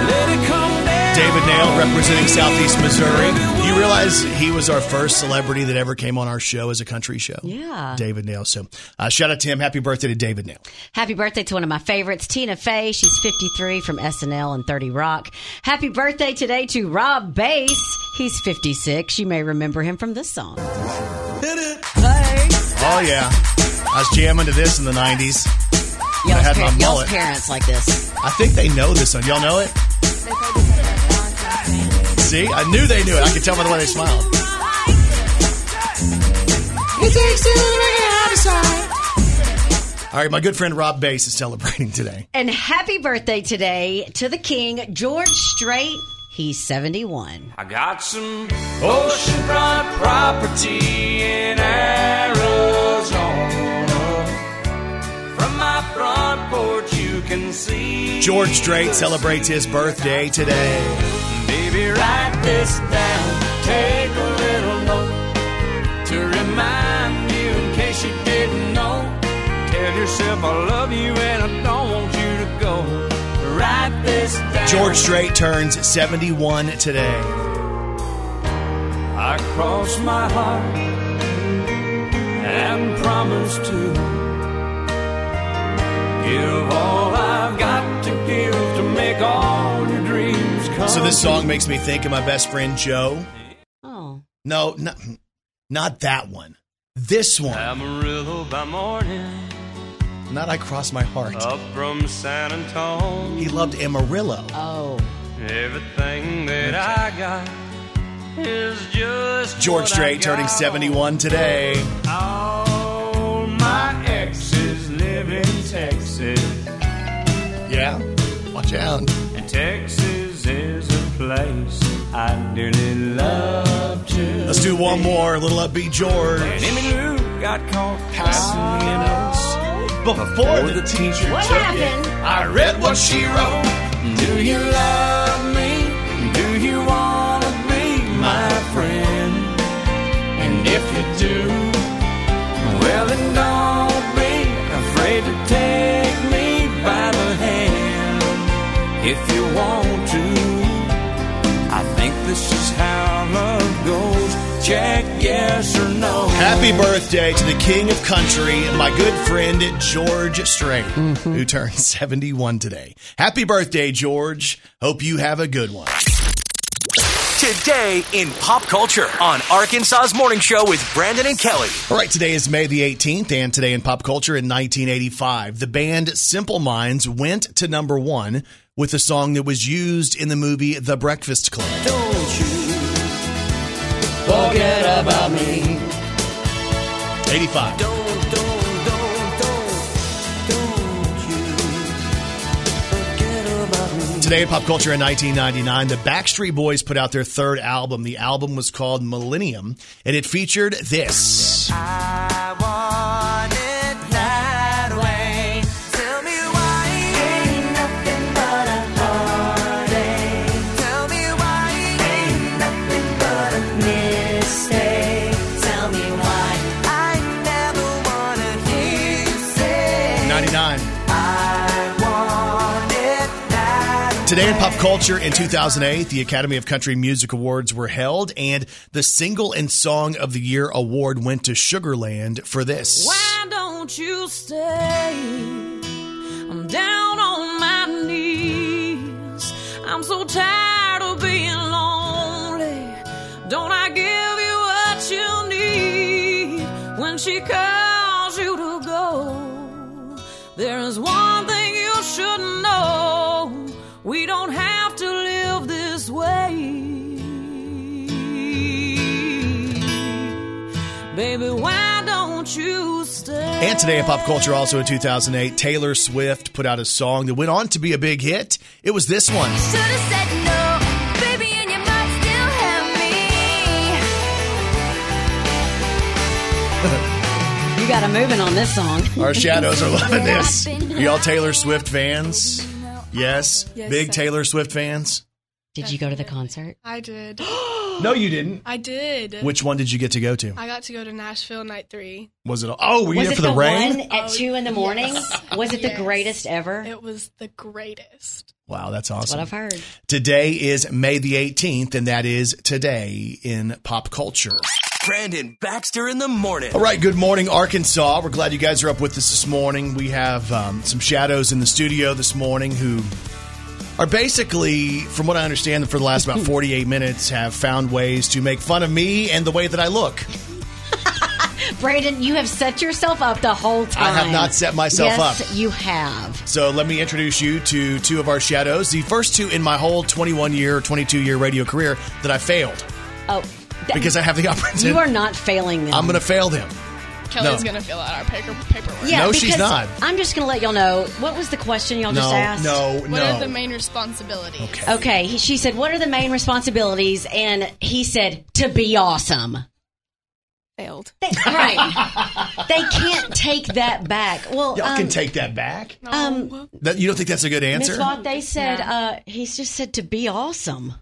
Speaker 4: Let it come down.
Speaker 2: David Nail representing Southeast Missouri. You realize he was our first celebrity that ever came on our show as a country show.
Speaker 3: Yeah.
Speaker 2: David Nail. So uh, shout out to him. Happy birthday to David Nail.
Speaker 3: Happy birthday to one of my favorites, Tina Fey. She's 53 from SNL and 30 Rock. Happy birthday today to Rob Bass. He's 56. You may remember him from this song.
Speaker 2: Oh, yeah. I was jamming to this in the 90s. I
Speaker 3: Y'all's,
Speaker 2: had my
Speaker 3: par- y'all's
Speaker 2: mullet.
Speaker 3: parents like this.
Speaker 2: I think they know this one. Y'all know it? See? I knew they knew it. I could tell by the way they smiled. All right, my good friend Rob Bass is celebrating today.
Speaker 3: And happy birthday today to the king, George Strait. He's 71.
Speaker 4: I got some oceanfront property in Arizona. From my front porch, you can see.
Speaker 2: George Strait celebrates his birthday today.
Speaker 4: Baby, write this down. Take a little note to remind you in case you didn't know. Tell yourself I love you and I don't want you to go. Write this down.
Speaker 2: George Strait turns 71 today.
Speaker 4: I cross my heart and promise to give all I've got to give to make all your dreams come.
Speaker 2: So this song makes me think of my best friend Joe.
Speaker 3: Oh.
Speaker 2: No, not, not that one. This one.
Speaker 4: Amarillo by morning,
Speaker 2: Not I Cross My Heart.
Speaker 4: up from San Antonio.
Speaker 2: He loved Amarillo.
Speaker 3: Oh.
Speaker 4: Everything that I got is just
Speaker 2: George
Speaker 4: what I
Speaker 2: Strait turning
Speaker 4: got.
Speaker 2: 71 today.
Speaker 4: All my exes live in Texas.
Speaker 2: Yeah. Watch out.
Speaker 4: And Texas is a place I dearly love to.
Speaker 2: Let's do one more. A little upbeat George.
Speaker 4: Jimmy Lou got caught passing in us.
Speaker 2: Before
Speaker 4: Or the
Speaker 2: the
Speaker 4: teacher
Speaker 3: What
Speaker 4: took
Speaker 3: happened? Mm.
Speaker 4: it. I read what she wrote. Do you love me? Do you want to be my friend? And if you do, well, then don't be afraid to take me by the hand. If you want to. I think this is how love goes. Check yes or no.
Speaker 2: Happy birthday to the king of country, my good friend George Strait, who turned 71 today. Happy birthday, George. Hope you have a good one.
Speaker 1: Today in pop culture on Arkansas's Morning Show with Brandon and Kelly.
Speaker 2: All right, today is May the 18th, and today in pop culture in 1985, the band Simple Minds went to number one with the song that was used in the movie The Breakfast Club.
Speaker 6: Don't you forget about me. Don't,
Speaker 2: 85.
Speaker 6: don't, don't, don't, don't you forget about me.
Speaker 2: Today in pop culture in 1999, the Backstreet Boys put out their third album. The album was called Millennium, and it featured this.
Speaker 6: I want it that way. Tell me why ain't nothing but a heartache. Tell me why ain't nothing but a mistake. Tell me why I never wanna hear you say
Speaker 2: 99.
Speaker 6: I want it that
Speaker 2: Today in pop culture in 2008, the Academy of Country Music Awards were held, and the Single and Song of the Year award went to Sugarland for this.
Speaker 6: Why don't you stay? I'm down on my knees. I'm so tired of being lonely. Don't I give you what you need when she calls you to go? There is one thing you should know we don't have to live this way. Baby, why don't you stay?
Speaker 2: And today in pop culture, also in 2008, Taylor Swift put out a song that went on to be a big hit. It was this one.
Speaker 5: Should've said no, baby, and you might still have me.
Speaker 3: You got 'em moving on this song.
Speaker 2: Our shadows are loving this. Are y'all Taylor Swift fans? Yes.
Speaker 9: Yes,
Speaker 2: Big
Speaker 9: sir.
Speaker 2: Taylor Swift fans?
Speaker 3: Did you go to the concert?
Speaker 9: I did.
Speaker 2: No, you didn't.
Speaker 9: I did.
Speaker 2: Which one did you get to go to?
Speaker 9: I got to go to Nashville night three.
Speaker 2: Was it? Oh, were you
Speaker 3: Was
Speaker 2: there for
Speaker 3: it
Speaker 2: the, rain?
Speaker 3: one at
Speaker 9: Oh,
Speaker 3: two in the morning? Was it
Speaker 9: Yes.
Speaker 3: the greatest ever?
Speaker 9: It was the greatest.
Speaker 2: Wow, that's
Speaker 3: That's what
Speaker 2: awesome.
Speaker 3: I've heard.
Speaker 2: Today is May the 18th, and that is today in pop culture.
Speaker 1: Brandon Baxter in the morning.
Speaker 2: All right, good morning, Arkansas. We're glad you guys are up with us this morning. We have um, some shadows in the studio this morning who are basically, from what I understand, for the last about 48 minutes, have found ways to make fun of me and the way that I look.
Speaker 3: Brandon, you have set yourself up the whole
Speaker 2: I
Speaker 3: time.
Speaker 2: have not set myself
Speaker 3: yes,
Speaker 2: up.
Speaker 3: You have.
Speaker 2: So let me introduce you to two of our shadows. The first two in my whole 21 year, 22 year radio career that I failed
Speaker 3: Oh, that-
Speaker 2: because I have the opportunity.
Speaker 3: you are not failing them.
Speaker 2: I'm going to fail them.
Speaker 9: Kelly's
Speaker 2: No.
Speaker 9: gonna fill out our paper paperwork.
Speaker 3: Yeah,
Speaker 2: No, she's
Speaker 3: because
Speaker 2: not.
Speaker 3: I'm just going to let y'all know what was the question y'all just
Speaker 2: No,
Speaker 3: asked.
Speaker 2: no,
Speaker 9: What
Speaker 2: no.
Speaker 9: are the main responsibilities? Okay.
Speaker 3: Okay, he, she said, "What are the main responsibilities?" And he said, "To be awesome."
Speaker 9: Failed.
Speaker 3: They- right? they can't take that back. Well,
Speaker 2: Y'all
Speaker 3: um,
Speaker 2: can take that back.
Speaker 3: Um,
Speaker 2: That, you don't think that's a good answer?
Speaker 3: Ms. Vaught, they said uh, he's just said to be awesome.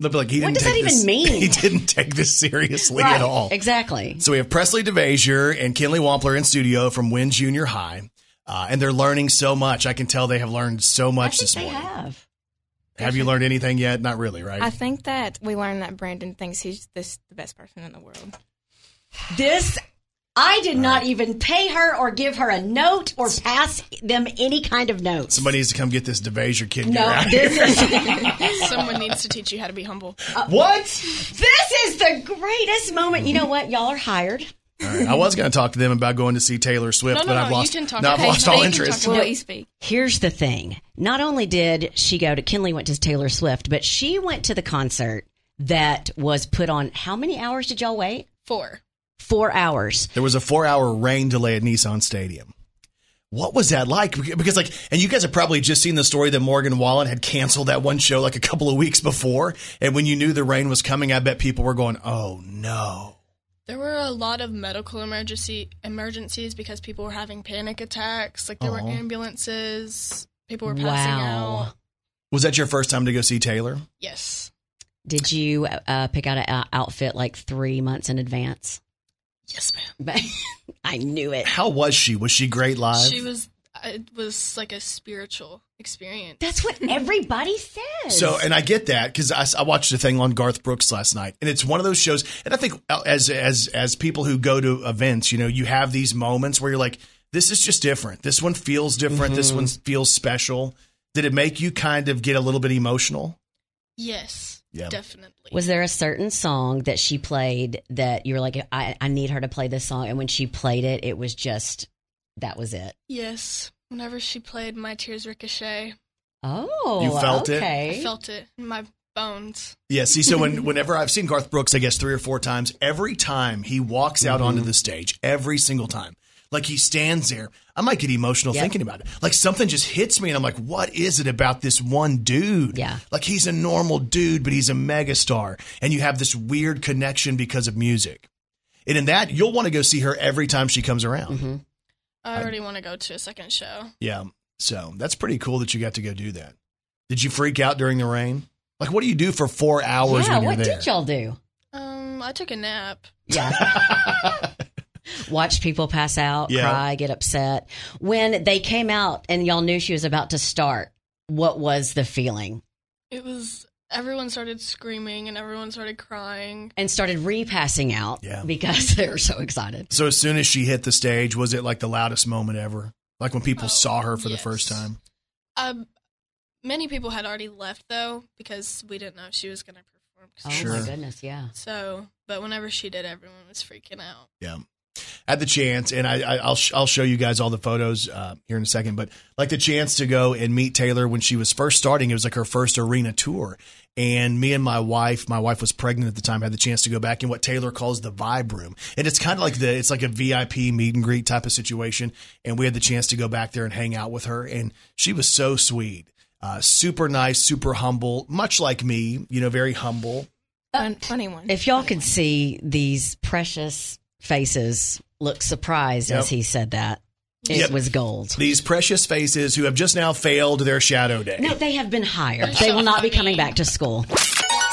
Speaker 2: They'll be like, he
Speaker 3: What
Speaker 2: didn't
Speaker 3: does that
Speaker 2: take this-
Speaker 3: even mean?
Speaker 2: He didn't take this seriously
Speaker 3: right?
Speaker 2: at all.
Speaker 3: Exactly.
Speaker 2: So we have Presley DeVasier and Kinley Wampler in studio from Wynn Junior High. Uh, and they're learning so much. I can tell they have learned so
Speaker 3: I
Speaker 2: much
Speaker 3: think
Speaker 2: this
Speaker 3: they
Speaker 2: morning.
Speaker 3: have.
Speaker 2: Have you learned anything yet? Not really, right?
Speaker 10: I think that we learned that Brandon thinks he's this the best person in the world.
Speaker 3: This, I did not even pay her or give her a note or pass them any kind of note.
Speaker 2: Somebody needs to come get this DeVasier kid. and get her
Speaker 3: no,
Speaker 2: out of here.
Speaker 3: this is
Speaker 9: Someone needs to teach you how to be humble.
Speaker 2: What?
Speaker 3: this is the greatest moment. You know what? Y'all are hired.
Speaker 2: All right, I was going to talk to them about going to see Taylor Swift,
Speaker 9: No, no,
Speaker 2: but
Speaker 9: no,
Speaker 2: I've lost,
Speaker 9: you can talk.
Speaker 2: now
Speaker 9: Okay,
Speaker 2: I've lost
Speaker 9: now
Speaker 2: all
Speaker 9: you can
Speaker 2: interest.
Speaker 9: talk.
Speaker 10: Will
Speaker 9: No.
Speaker 10: you speak?
Speaker 3: Here's the thing. Not only did she go to Kinley went to Taylor Swift, but she went to the concert that was put on how many hours did y'all wait?
Speaker 9: Four.
Speaker 3: Four hours.
Speaker 2: There was a four hour rain delay at Nissan Stadium. What was that like? Because, like, and you guys have probably just seen the story that Morgan Wallen had canceled that one show like a couple of weeks before. And when you knew the rain was coming, I bet people were going, oh no.
Speaker 9: There were a lot of medical emergency emergencies because people were having panic attacks. Like there
Speaker 2: Uh-huh.
Speaker 9: were ambulances. People were passing
Speaker 3: Wow.
Speaker 9: out.
Speaker 2: Was that your first time to go see Taylor?
Speaker 9: Yes.
Speaker 3: Did you uh, pick out an out- outfit like three months in advance?
Speaker 9: Yes, ma'am.
Speaker 3: But I knew it.
Speaker 2: How was she? Was she great live?
Speaker 9: She was. uh, It was like a spiritual experience.
Speaker 3: That's what everybody says.
Speaker 2: So, and I get that because I, I watched a thing on Garth Brooks last night, and it's one of those shows. And I think uh, as as as people who go to events, you know, you have these moments where you're like, "This is just different. This one feels different. This one feels special." Did it make you kind of get a little bit emotional?
Speaker 9: Yes.
Speaker 2: Yeah.
Speaker 9: Definitely.
Speaker 3: was there a certain song that she played that you were like, I, I need her to play this song? And when she played it, it was just, that was it.
Speaker 9: yes. Whenever she played "My Tears Ricochet,"
Speaker 3: Oh,
Speaker 2: You felt it?
Speaker 3: okay.
Speaker 9: I felt it in my bones.
Speaker 2: Yeah, see, so when, whenever I've seen Garth Brooks, I guess three or four times, every time he walks out
Speaker 3: Mm-hmm.
Speaker 2: onto the stage, every single time, like he stands there, I might get emotional
Speaker 3: Yep.
Speaker 2: thinking about it. Like something just hits me, and I'm like, what is it about this one dude?
Speaker 3: Yeah.
Speaker 2: Like he's a normal dude, but he's a megastar. And you have this weird connection because of music. And in that, you'll want to go see her every time she comes around.
Speaker 3: Mm-hmm.
Speaker 9: I already want to go to a second show.
Speaker 2: Yeah. So that's pretty cool that you got to go do that. Did you freak out during the rain? Like, what do you do for four hours
Speaker 3: Yeah,
Speaker 2: when you're
Speaker 3: what
Speaker 2: there?
Speaker 3: did y'all do?
Speaker 9: Um, I took a nap.
Speaker 3: Yeah. Watch people pass out,
Speaker 2: Yeah.
Speaker 3: cry, get upset. When they came out and y'all knew she was about to start, what was the feeling?
Speaker 9: It was everyone started screaming and everyone started crying.
Speaker 3: And started repassing out
Speaker 2: Yeah.
Speaker 3: because they were so excited.
Speaker 2: So as soon as she hit the stage, was it like the loudest moment ever? Like when people
Speaker 9: Oh,
Speaker 2: saw her for the
Speaker 9: yes.
Speaker 2: first time?
Speaker 9: Um, many people had already left though because we didn't know if she was going to perform. 'cause
Speaker 3: Oh
Speaker 9: she
Speaker 2: Sure.
Speaker 3: my
Speaker 9: was-
Speaker 3: goodness, yeah.
Speaker 9: So, but whenever she did, everyone was freaking out.
Speaker 2: Yeah. At the chance, and I, I, I'll sh- I'll show you guys all the photos uh, here in a second, but like the chance to go and meet Taylor when she was first starting, it was like her first arena tour, and me and my wife, my wife was pregnant at the time, had the chance to go back in what Taylor calls the vibe room, and it's kind of like the it's like a VIP meet and greet type of situation, and we had the chance to go back there and hang out with her, and she was so sweet, uh, super nice, super humble, much like me, you know, very humble,
Speaker 10: Fun, funny one.
Speaker 3: If y'all could see these precious faces look surprised
Speaker 2: Yep.
Speaker 3: as he said that, it
Speaker 2: Yep.
Speaker 3: was gold.
Speaker 2: these precious faces who have just now failed their shadow day.
Speaker 3: No, they have been hired.
Speaker 9: They're
Speaker 3: They
Speaker 9: so
Speaker 3: will not be
Speaker 9: funny.
Speaker 3: coming back to school.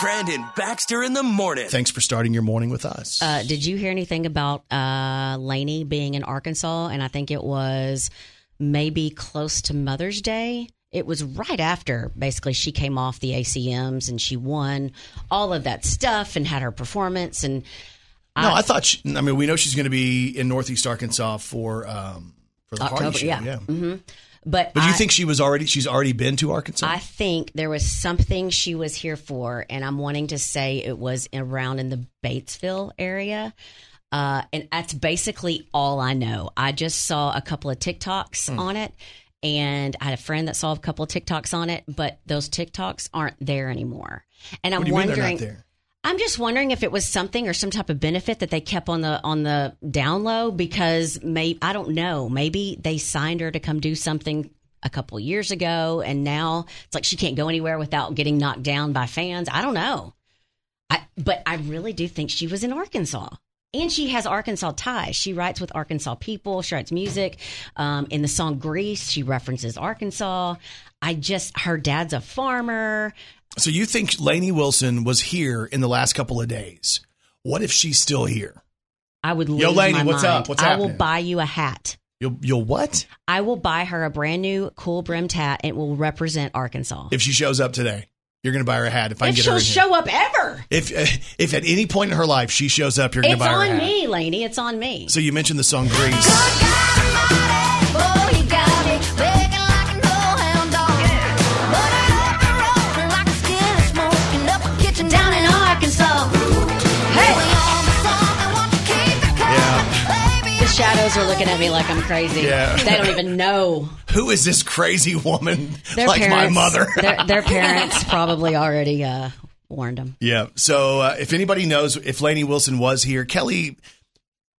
Speaker 1: Brandon Baxter in the morning.
Speaker 2: Thanks for starting your morning with us.
Speaker 3: Uh, did you hear anything about uh, Laney being in Arkansas? And I think it was maybe close to Mother's Day. It was right after, basically, she came off the ACMs and she won all of that stuff and had her performance. And
Speaker 2: no, I thought. She, I mean, we know she's going to be in Northeast Arkansas for um for the
Speaker 3: October,
Speaker 2: party show.
Speaker 3: yeah.
Speaker 2: Yeah.
Speaker 3: but
Speaker 2: But you
Speaker 3: I,
Speaker 2: think she was already? She's already been to Arkansas.
Speaker 3: I think there was something she was here for, and I'm wanting to say it was around in the Batesville area. Uh, and that's basically all I know. I just saw a couple of TikToks
Speaker 2: Hmm.
Speaker 3: on it, and I had a friend that saw a couple of TikToks on it, but those TikToks aren't there anymore. And I'm
Speaker 2: what do you mean
Speaker 3: wondering,
Speaker 2: they're not there?
Speaker 3: I'm just wondering if it was something or some type of benefit that they kept on the on the down low because maybe I don't know. Maybe they signed her to come do something a couple years ago, and now it's like she can't go anywhere without getting knocked down by fans. I don't know. I but I really do think she was in Arkansas. And she has Arkansas ties. She writes with Arkansas people. She writes music. Um, in the song "Grease," she references Arkansas. I just her dad's a farmer.
Speaker 2: So you think Lainey Wilson was here in the last couple of days? What if she's still here?
Speaker 3: I would lose
Speaker 2: Laney,
Speaker 3: my
Speaker 2: what's
Speaker 3: mind.
Speaker 2: up? What's
Speaker 3: I will
Speaker 2: happening?
Speaker 3: buy you a hat.
Speaker 2: You'll you'll what
Speaker 3: I will buy her a brand new cool brimmed hat and it will represent Arkansas.
Speaker 2: if she shows up today? You're going to buy her a hat if, I can
Speaker 3: If
Speaker 2: get her.
Speaker 3: she'll
Speaker 2: in here.
Speaker 3: show up ever.
Speaker 2: If if at any point in her life she shows up, you're going to
Speaker 3: It's
Speaker 2: buy her a
Speaker 3: on
Speaker 2: hat.
Speaker 3: me, Laney. It's on me.
Speaker 2: So you mentioned the song Grease.
Speaker 5: Down in Arkansas. Hey.
Speaker 3: the shadows are looking at me like I'm crazy.
Speaker 2: Yeah.
Speaker 3: They don't even know.
Speaker 2: Who is this crazy woman?
Speaker 3: Their
Speaker 2: like
Speaker 3: parents,
Speaker 2: my mother.
Speaker 3: their, their parents probably already uh, warned them.
Speaker 2: Yeah. So uh, if anybody knows if Lainey Wilson was here, Kelly,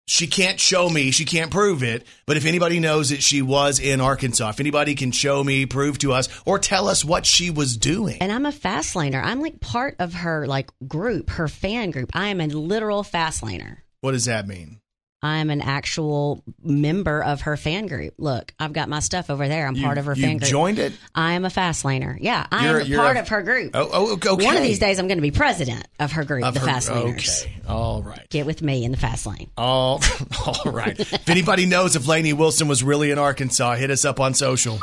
Speaker 2: she can't show me, she can't prove it. But if anybody knows that she was in Arkansas, if anybody can show me, prove to us, or tell us what she was doing,
Speaker 3: And I'm a fast laner. I'm like part of her like group, her fan group. I am a literal fast laner.
Speaker 2: what does that mean?
Speaker 3: I'm an actual member of her fan group. Look, I've got my stuff over there. I'm
Speaker 2: You-
Speaker 3: part of her
Speaker 2: you
Speaker 3: fan group.
Speaker 2: joined it.
Speaker 3: I am a fast laner. Yeah, I
Speaker 2: You're-
Speaker 3: am a
Speaker 2: you're
Speaker 3: part
Speaker 2: a-
Speaker 3: of her group.
Speaker 2: Oh, oh, okay.
Speaker 3: One of these days, I'm going to be president of her group,
Speaker 2: Of
Speaker 3: the
Speaker 2: her-
Speaker 3: Fast Laners.
Speaker 2: Okay. Oh. All right.
Speaker 3: Get with me in the fast lane.
Speaker 2: All, all right. if anybody knows if Lainey Wilson was really in Arkansas, hit us up on social.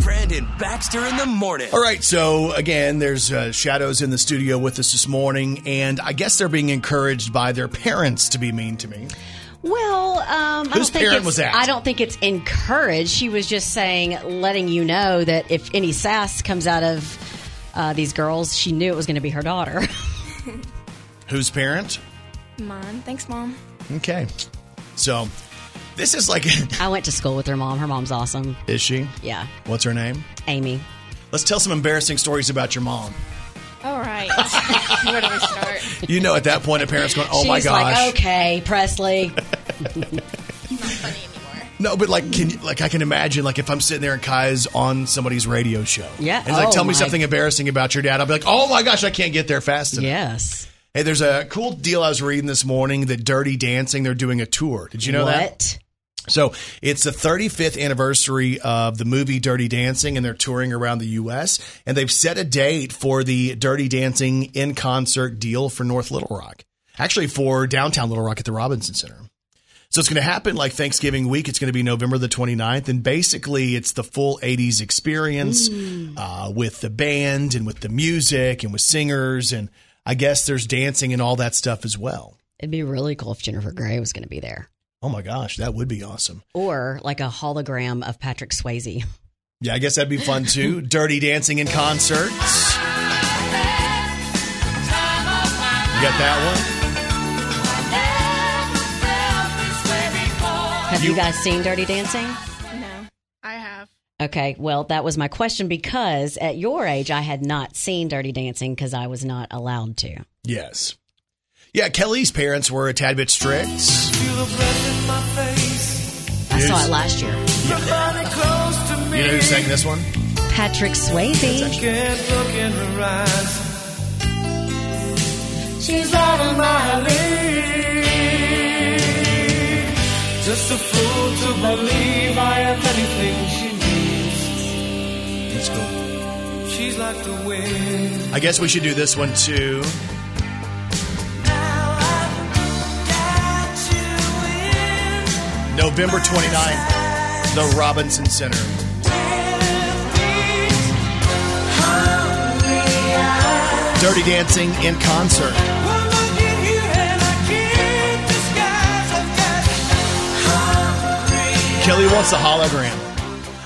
Speaker 1: Brandon Baxter in the morning.
Speaker 2: All right, so again, there's uh, shadows in the studio with us this morning, and I guess they're being encouraged by their parents to be mean to me.
Speaker 3: Well, um, I
Speaker 2: Whose
Speaker 3: don't think
Speaker 2: parent
Speaker 3: it's,
Speaker 2: was that?
Speaker 3: I don't think it's encouraged. She was just saying, letting you know that if any sass comes out of uh, these girls, she knew it was going to be her daughter.
Speaker 2: Whose parent?
Speaker 10: Mom, thanks, mom.
Speaker 2: Okay, so this is like,
Speaker 3: I went to school with her mom. Her mom's awesome.
Speaker 2: is she?
Speaker 3: Yeah,
Speaker 2: What's her name?
Speaker 3: Amy.
Speaker 2: Let's tell some embarrassing stories about your mom.
Speaker 9: All right. Where do we start?
Speaker 2: You know, at that point, a parent's going, "Oh my
Speaker 3: She's like,
Speaker 2: gosh."
Speaker 3: okay, Presley.
Speaker 2: No, but like, can you, like I can imagine like if I'm sitting there and Kai's on somebody's radio show,
Speaker 3: Yeah.
Speaker 2: and he's like,
Speaker 3: Oh,
Speaker 2: "Tell me
Speaker 3: my-
Speaker 2: something embarrassing about your dad," I'll be like, "Oh my gosh, I can't get there fast enough."
Speaker 3: Yes.
Speaker 2: Hey, there's a cool deal I was reading this morning. The Dirty Dancing, they're doing a tour. Did you know that?
Speaker 3: what?
Speaker 2: So it's the 35th anniversary of the movie Dirty Dancing, and they're touring around the U.S. and they've set a date for the Dirty Dancing in concert deal for North Little Rock, actually for downtown Little Rock at the Robinson Center. So it's going to happen like Thanksgiving week. It's going to be November the 29th. And basically, it's the full 80s experience uh, with the band and with the music and with singers. And I guess there's dancing and all that stuff as well.
Speaker 3: It'd be really cool if Jennifer Grey was going to be there,
Speaker 2: Oh my gosh, that would be awesome.
Speaker 3: or like a hologram of Patrick Swayze.
Speaker 2: Yeah, I guess that'd be fun too. Dirty dancing in concert. You got that one?
Speaker 3: Have you,
Speaker 2: You-
Speaker 3: guys seen Dirty Dancing?
Speaker 11: No, I have.
Speaker 3: Okay, well, that was my question because at your age, I had not seen Dirty Dancing because I was not allowed to.
Speaker 2: Yes. Yeah, Kelly's parents were a tad bit strict.
Speaker 3: I saw
Speaker 2: Yes.
Speaker 3: it last year.
Speaker 2: You know who sang this one?
Speaker 3: Patrick Swayze.
Speaker 4: She's out of my league. Just a fool to believe I am anything she needs.
Speaker 2: That's cool.
Speaker 4: She's like the wind.
Speaker 2: I guess we should do this one too.
Speaker 4: Now I've got you in.
Speaker 2: November 29th, the Robinson Center. Dirty dancing in concert. Kelly wants a hologram.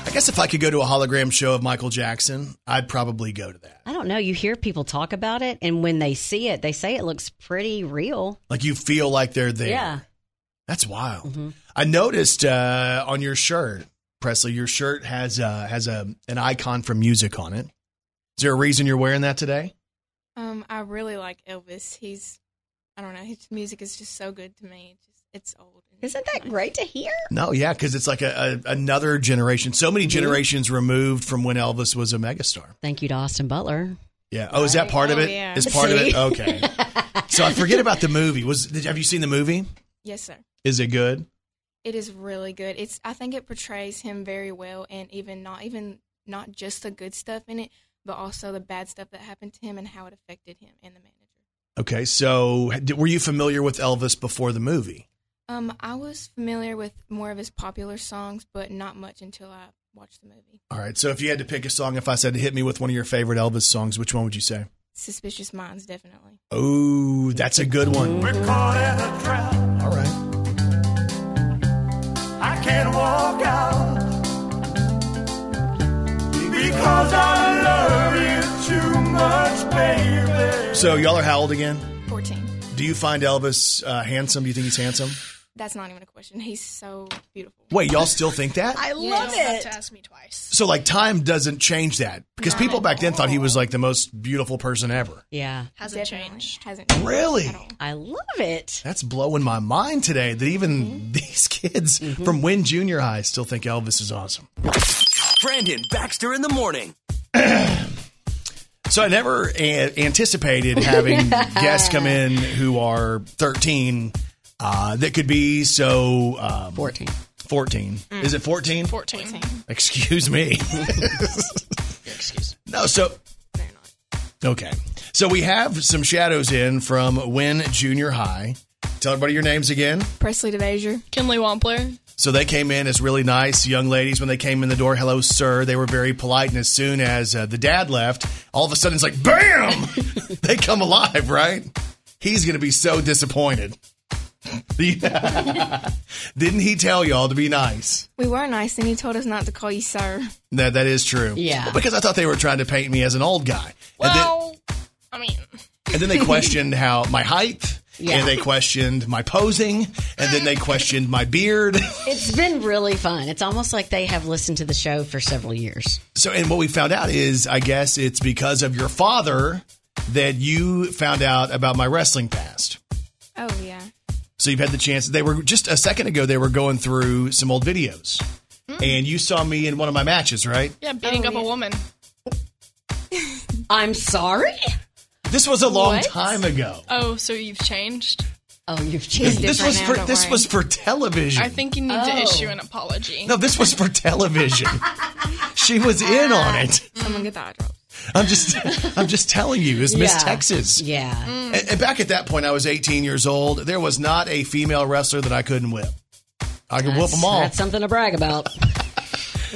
Speaker 2: I guess if I could go to a hologram show of Michael Jackson, I'd probably go to that.
Speaker 3: I don't know. You hear people talk about it, and when they see it, they say it looks pretty real.
Speaker 2: Like you feel like they're there.
Speaker 3: Yeah.
Speaker 2: That's wild. I noticed uh, on your shirt, Presley, your shirt has uh, has a an icon from music on it. Is there a reason you're wearing that today?
Speaker 9: Um, I really like Elvis. He's, I don't know, his music is just so good to me. It's, just, it's old. and
Speaker 3: Isn't that
Speaker 9: nice.
Speaker 3: great to hear?
Speaker 2: No, yeah, because it's like a, a another generation. So many generations removed from when Elvis was a megastar.
Speaker 3: Thank you to Austin Butler.
Speaker 2: Yeah. Oh, is that part of
Speaker 9: Oh,
Speaker 2: it? Is
Speaker 9: yeah.
Speaker 2: part of
Speaker 3: See?
Speaker 2: it? Okay. so I forget about the movie. Was did, have you seen the movie?
Speaker 9: Yes, sir.
Speaker 2: Is it good?
Speaker 9: It is really good. It's. I think it portrays him very well, and even not even not just the good stuff in it, but also the bad stuff that happened to him and how it affected him and the manager.
Speaker 2: Okay. So did- were you familiar with Elvis before the movie?
Speaker 9: Um, I was familiar with more of his popular songs, but not much until I watched the movie.
Speaker 2: All right. So if you had to pick a song, if I said hit me with one of your favorite Elvis songs, which one would you say?
Speaker 9: Suspicious Minds, definitely.
Speaker 2: Oh, that's a good one.
Speaker 12: We're caught in a trap.
Speaker 2: All right.
Speaker 12: I can't walk out because I love you too much, baby.
Speaker 2: So y'all are how old again?
Speaker 9: Fourteen.
Speaker 2: Do you find Elvis uh, handsome? Do you think he's handsome?
Speaker 9: That's not even a question. He's so beautiful.
Speaker 2: Wait, y'all still think that?
Speaker 3: I
Speaker 11: You
Speaker 3: love
Speaker 11: don't have
Speaker 3: it.
Speaker 11: to ask me twice.
Speaker 2: So like time doesn't change that because
Speaker 9: Not
Speaker 2: people
Speaker 9: at
Speaker 2: back then thought he
Speaker 9: all.
Speaker 2: was like the most beautiful person ever.
Speaker 3: Yeah.
Speaker 11: Hasn't
Speaker 9: Definitely
Speaker 11: changed.
Speaker 9: Hasn't changed
Speaker 2: Really?
Speaker 9: at all.
Speaker 3: I love it.
Speaker 2: That's blowing my mind today that even these kids from Wynn Junior High still think Elvis is awesome.
Speaker 1: Brandon Baxter in the morning.
Speaker 2: So I never a- anticipated having guests come in who are 13 uh, that could be so um,
Speaker 3: 14.
Speaker 2: 14.
Speaker 9: Mm.
Speaker 2: Is it 14?
Speaker 11: 14.
Speaker 2: Excuse me. No, so
Speaker 9: They're not.
Speaker 2: okay. So we have some shadows in from Wynn Junior High. Tell everybody your names again.
Speaker 9: Presley DeVasure.
Speaker 11: Kinley Wampler.
Speaker 2: So they came in as really nice young ladies when they came in the door. Hello, sir. They were very polite, and as soon as uh, the dad left, all of a sudden it's like bam, they come alive. Right? He's going to be so disappointed. Didn't he tell y'all to be nice?
Speaker 9: We were nice, and he told us not to call you sir.
Speaker 2: That that is true.
Speaker 3: Yeah.
Speaker 2: Because I thought they were trying to paint me as an old guy. And then-
Speaker 11: Well, I mean,
Speaker 2: And then they questioned how my height
Speaker 3: Yeah.
Speaker 2: and they questioned my posing, and then they questioned my beard.
Speaker 3: It's been really fun. It's almost like they have listened to the show for several years.
Speaker 2: So, and what we found out is, I guess it's because of your father that you found out about my wrestling past.
Speaker 10: Oh yeah.
Speaker 2: So you've had the chance. They were just a second ago. They were going through some old videos, and you saw me in one of my matches, right?
Speaker 9: Yeah, beating up a woman.
Speaker 3: I'm sorry.
Speaker 2: This was a long
Speaker 9: What?
Speaker 2: time ago.
Speaker 9: Oh, so you've changed?
Speaker 3: Oh, you've
Speaker 2: This,
Speaker 3: changed
Speaker 2: this
Speaker 3: it right
Speaker 2: was
Speaker 3: now,
Speaker 2: for
Speaker 3: don't
Speaker 2: this
Speaker 3: worry.
Speaker 2: was for television.
Speaker 9: I think you need to
Speaker 3: Oh.
Speaker 9: issue an apology.
Speaker 2: no, this was for television. she was in on it.
Speaker 10: Someone get the eye drop.
Speaker 2: I'm just I'm just telling you, it's Miss
Speaker 3: Yeah.
Speaker 2: Texas.
Speaker 3: Yeah.
Speaker 2: And, and back at that point, I was 18 years old. There was not a female wrestler that I couldn't whip. I could whip
Speaker 3: That's,
Speaker 2: them all.
Speaker 3: that's something to brag about.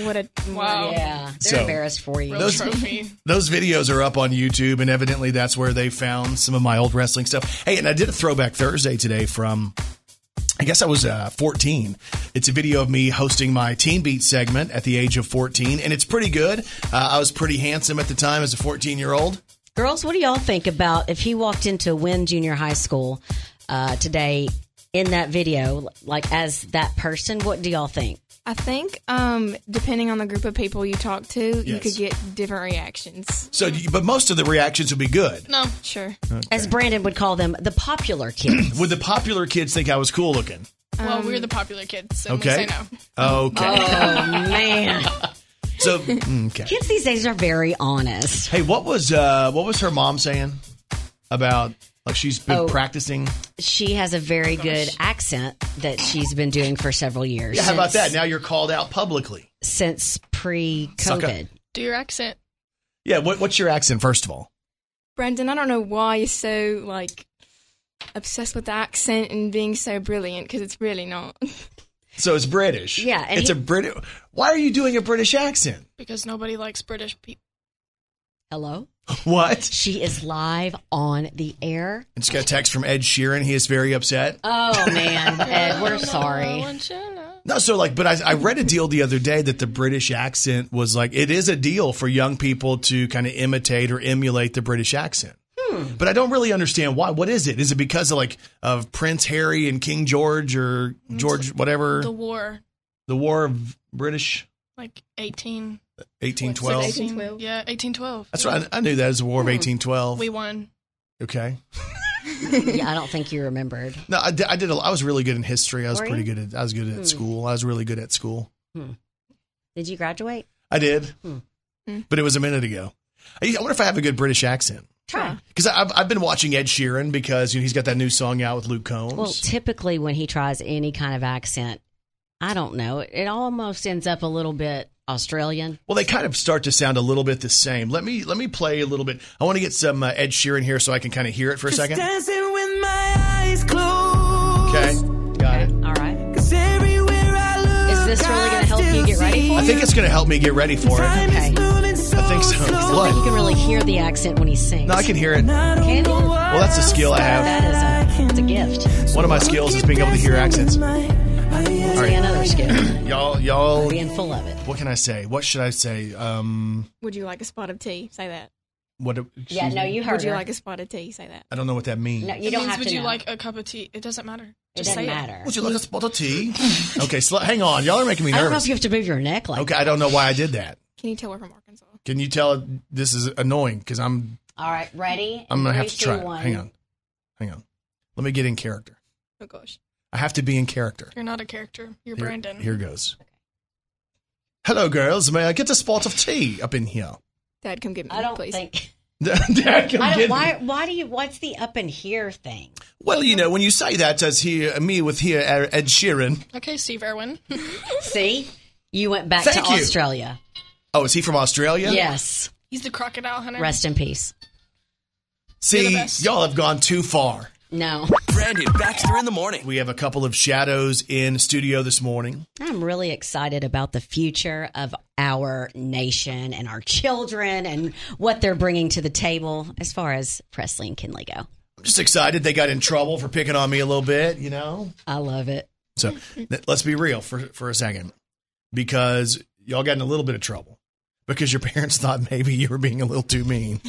Speaker 10: What a
Speaker 9: Wow.
Speaker 3: Yeah. They're
Speaker 2: So,
Speaker 3: embarrassed for you.
Speaker 9: Real trophy.
Speaker 2: Those videos are up on YouTube, and evidently that's where they found some of my old wrestling stuff. Hey, and I did a throwback Thursday today from, I guess I was uh, 14. It's a video of me hosting my Teen Beat segment at the age of 14, and it's pretty good. Uh, I was pretty handsome at the time as a 14 year old.
Speaker 3: Girls, what do y'all think about if he walked into Wynn Junior High School uh, today in that video, like as that person? What do y'all think?
Speaker 10: I think um, depending on the group of people you talk to, you
Speaker 2: Yes.
Speaker 10: could get different reactions.
Speaker 2: So, but most of the reactions would be good.
Speaker 9: No.
Speaker 10: Sure.
Speaker 3: As Brandon would call them, the popular kids.
Speaker 2: Would the popular kids think I was cool looking?
Speaker 9: Well, we're the popular kids, so
Speaker 2: Okay.
Speaker 9: we say no.
Speaker 2: Okay.
Speaker 3: oh, man.
Speaker 2: So, mm, okay.
Speaker 3: Kids these days are very honest.
Speaker 2: Hey, what was uh, what was her mom saying about like she's been
Speaker 3: Oh.
Speaker 2: practicing?
Speaker 3: She has a
Speaker 2: Oh,
Speaker 3: very good accent that she's been doing for several years.
Speaker 2: Yeah, how about
Speaker 3: since-
Speaker 2: that? Now you're called out publicly.
Speaker 3: Since pre
Speaker 2: Suck up.
Speaker 3: COVID.
Speaker 9: Do your accent.
Speaker 2: Yeah, what, what's your accent first of all?
Speaker 10: Brandon, I don't know why you're so like obsessed with the accent and being so brilliant because it's really not.
Speaker 2: So it's British.
Speaker 3: Yeah, and
Speaker 2: it's
Speaker 3: he-
Speaker 2: a British. Why are you doing a British accent?
Speaker 9: Because nobody likes British people.
Speaker 3: Hello?
Speaker 2: What?
Speaker 3: She is live on the air.
Speaker 2: I just got a text from Ed Sheeran. He is very upset.
Speaker 3: Oh, man. Ed, we're sorry.
Speaker 2: No, so like, but I, I read a deal the other day that the British accent was like it is a deal for young people to kind of imitate or emulate the British accent. But I don't really understand why. What is it? Is it because of like of Prince Harry and King George or George whatever
Speaker 9: The
Speaker 2: the,
Speaker 9: war,
Speaker 2: War of British
Speaker 9: like 18.
Speaker 2: eighteen
Speaker 9: what,
Speaker 2: twelve?
Speaker 9: 16?
Speaker 10: 1812.
Speaker 9: Yeah, 1812.
Speaker 2: That's right. I, I knew that as the War of eighteen twelve.
Speaker 9: We won.
Speaker 2: Okay.
Speaker 3: Yeah, I don't think you remembered.
Speaker 2: No, I did. I, did a, I was really good in history. I was
Speaker 3: Were
Speaker 2: pretty
Speaker 3: you?
Speaker 2: good at. I was good at school. I was really good at school.
Speaker 3: Did you graduate?
Speaker 2: I did, but it was a minute ago. I, I wonder if I have a good British accent
Speaker 3: Try.
Speaker 2: because I've I've been watching Ed Sheeran because you know he's got that new song out with Luke Combs.
Speaker 3: Well, typically when he tries any kind of accent, I don't know. It almost ends up a little bit Australian.
Speaker 2: well, they kind of start to sound a little bit the same. Let me let me play a little bit. I want to get some uh, Ed Sheeran here so I can kind of hear it for a second.
Speaker 4: Dancing with my eyes closed.
Speaker 2: Okay, got it.
Speaker 3: All right.
Speaker 4: 'Cause everywhere I look,
Speaker 3: Is this really going to help you get ready for
Speaker 2: I
Speaker 3: it?
Speaker 2: think it's going to help me get ready for it.
Speaker 4: time
Speaker 3: Okay.
Speaker 4: is moving so
Speaker 2: I think so.
Speaker 4: slow.
Speaker 3: You
Speaker 2: What?
Speaker 3: can really hear the accent when he sings.
Speaker 2: No, I can hear it.
Speaker 4: I don't
Speaker 3: Can you?
Speaker 4: know
Speaker 3: Well,
Speaker 2: Well, that's a skill I have.
Speaker 3: That is a, it's a gift.
Speaker 2: One of my skills is being able to hear accents.
Speaker 3: It's another skill.
Speaker 2: Y'all, y'all.
Speaker 3: Being full of it.
Speaker 2: What can I say? What should I say? Um,
Speaker 10: Would you like a spot of tea? Say that.
Speaker 2: what?
Speaker 3: Yeah, no, you heard
Speaker 10: Would you
Speaker 3: her.
Speaker 10: like a spot of tea? Say that.
Speaker 2: I don't know what that means.
Speaker 3: no, you
Speaker 9: It
Speaker 3: don't
Speaker 9: means
Speaker 3: have
Speaker 9: would
Speaker 3: to
Speaker 9: you
Speaker 3: know.
Speaker 9: like a cup of tea? It doesn't matter.
Speaker 3: it
Speaker 9: Just
Speaker 3: doesn't
Speaker 9: say
Speaker 3: matter.
Speaker 2: Would you like a spot of tea? okay, sl- hang on. Y'all are making me
Speaker 3: I don't know if
Speaker 2: nervous.
Speaker 3: you have to move your neck like
Speaker 2: okay, I don't know why I did that.
Speaker 10: Can you tell we're from Arkansas?
Speaker 2: Can you tell this is annoying? Because I'm
Speaker 3: All right, ready?
Speaker 2: I'm gonna have
Speaker 3: Three,
Speaker 2: to try.
Speaker 3: two,
Speaker 2: it.
Speaker 3: one.
Speaker 2: Hang on, hang on. Let me get in character.
Speaker 10: Oh gosh.
Speaker 2: I have to be in character.
Speaker 9: it. You're not a character. You're
Speaker 2: Here-
Speaker 9: Brandon.
Speaker 2: Here goes. Hello, girls. May I get a spot of tea up in here?
Speaker 10: Dad, come get me,
Speaker 3: I don't
Speaker 10: please.
Speaker 3: think.
Speaker 2: Dad, come
Speaker 3: I
Speaker 2: get me.
Speaker 3: don't, why? Why do you? What's the up in here thing?
Speaker 2: Well, you know, when you say that as here, me with here uh, Ed Sheeran.
Speaker 9: Okay, Steve Irwin.
Speaker 3: See, you went back
Speaker 2: Thank
Speaker 3: to
Speaker 2: you.
Speaker 3: Australia.
Speaker 2: Oh, is he from Australia?
Speaker 3: Yes.
Speaker 9: He's the crocodile hunter.
Speaker 3: Rest in peace.
Speaker 9: You're the
Speaker 2: See,
Speaker 9: best.
Speaker 2: y'all have gone too far.
Speaker 3: No,
Speaker 1: Brandon Baxter in the morning.
Speaker 2: We have a couple of shadows in studio this morning.
Speaker 3: I'm really excited about the future of our nation and our children and what they're bringing to the table as far as Presley and Kinley go.
Speaker 2: I'm just excited they got in trouble for picking on me a little bit, you know?
Speaker 3: I love it.
Speaker 2: So th- let's be real for, for a second because y'all got in a little bit of trouble because your parents thought maybe you were being a little too mean.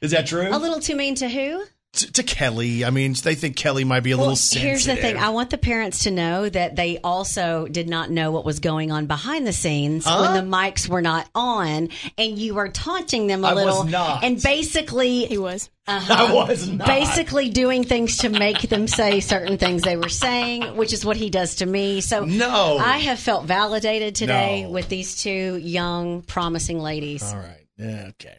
Speaker 2: Is that true?
Speaker 3: A little too mean to who?
Speaker 2: t- to Kelly. I mean, they think Kelly might be a little sensitive.
Speaker 3: Here's the thing. I want the parents to know that they also did not know what was going on behind the scenes when
Speaker 2: Huh?
Speaker 3: the mics were not on, and you were taunting them a
Speaker 2: I was
Speaker 3: little.
Speaker 2: not.
Speaker 3: And basically, he
Speaker 10: was.
Speaker 2: I was not.
Speaker 3: Basically, doing things to make them say certain things they were saying, which is what he does to me. So,
Speaker 2: No.
Speaker 3: I have felt validated today
Speaker 2: No.
Speaker 3: with these two young, promising ladies.
Speaker 2: All right. Yeah, okay.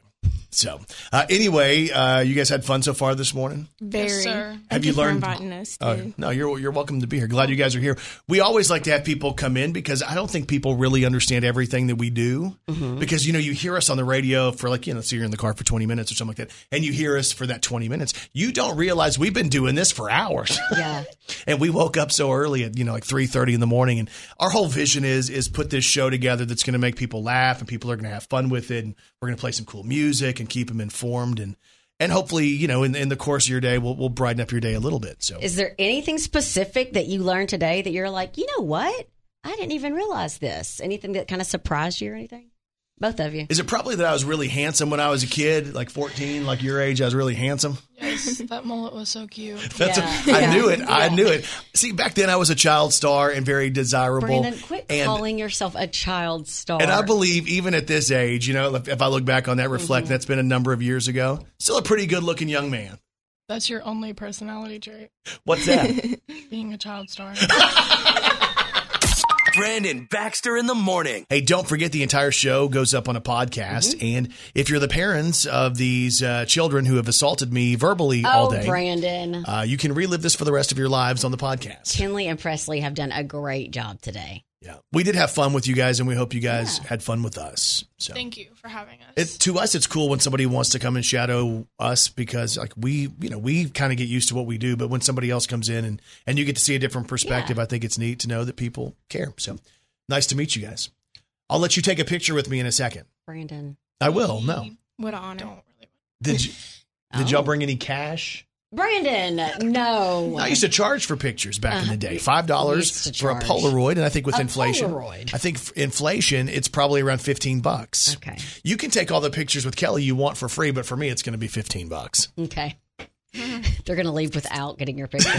Speaker 2: So, uh, anyway, uh, you guys had fun so far this morning.
Speaker 10: Very.
Speaker 9: sir. Have
Speaker 10: Thank
Speaker 2: you
Speaker 10: for
Speaker 2: learned-
Speaker 10: inviting us?
Speaker 2: Uh,
Speaker 10: too.
Speaker 2: no, you're you're welcome to be here. Glad you guys are here. We always like to have people come in because I don't think people really understand everything that we do.
Speaker 10: Mm-hmm.
Speaker 2: Because you know, you hear us on the radio for like you know, so you're in the car for 20 minutes or something like that, and you hear us for that 20 minutes. You don't realize we've been doing this for hours.
Speaker 3: Yeah.
Speaker 2: and we woke up so early at you know like 3.30 in the morning and our whole vision is is put this show together that's going to make people laugh and people are going to have fun with it and we're going to play some cool music and keep them informed and and hopefully you know in, in the course of your day we'll, we'll brighten up your day a little bit so
Speaker 3: Is there anything specific that you learned today that you're like, you know what? I didn't even realize this. Anything that kind of surprised you or anything? Both of you.
Speaker 2: is it probably that i was really handsome when i was a kid like 14 like your age i was really handsome
Speaker 9: Yes, that mullet was so cute.
Speaker 2: That's
Speaker 3: Yeah.
Speaker 2: I knew it.
Speaker 3: Yeah.
Speaker 2: I knew it. See, back then I was a child star and very desirable.
Speaker 3: Brandon, quit
Speaker 2: and
Speaker 3: calling yourself a child star.
Speaker 2: And I believe even at this age, you know, if, if I look back on that, reflect, that's been a number of years ago, still a pretty good looking young man.
Speaker 9: That's your only personality trait,
Speaker 2: What's that?
Speaker 9: being a child star.
Speaker 1: Brandon Baxter in the morning.
Speaker 2: hey, don't forget the entire show goes up on a podcast. And if you're the parents of these uh, children who have assaulted me verbally
Speaker 3: oh,
Speaker 2: all day,
Speaker 3: Brandon.
Speaker 2: uh, you can relive this for the rest of your lives on the podcast.
Speaker 3: Kinley and Presley have done a great job today.
Speaker 2: Yeah. We did have fun with you guys, and we hope you guys had fun with us. So.
Speaker 9: Thank you for having us.
Speaker 2: It, to us, it's cool when somebody wants to come and shadow us because, like, we, you know, we kind of get used to what we do. But when somebody else comes in and and you get to see a different perspective, I think it's neat to know that people care. So nice to meet you guys. I'll let you take a picture with me in a second.
Speaker 3: Brandon.
Speaker 2: I will. No,
Speaker 10: What an honor.
Speaker 2: did you, did
Speaker 3: Oh.
Speaker 2: y'all bring any cash?
Speaker 3: Brandon, no.
Speaker 2: I used to charge for pictures back in the day, five dollars
Speaker 3: Uh-huh. used to
Speaker 2: for a
Speaker 3: charge.
Speaker 2: Polaroid, and I think with
Speaker 3: A
Speaker 2: inflation,
Speaker 3: Polaroid.
Speaker 2: I think f- inflation, it's probably around fifteen bucks.
Speaker 3: Okay.
Speaker 2: You can take all the pictures with Kelly you want for free, but for me, it's going to be fifteen bucks.
Speaker 3: Okay. They're going to leave without getting your picture.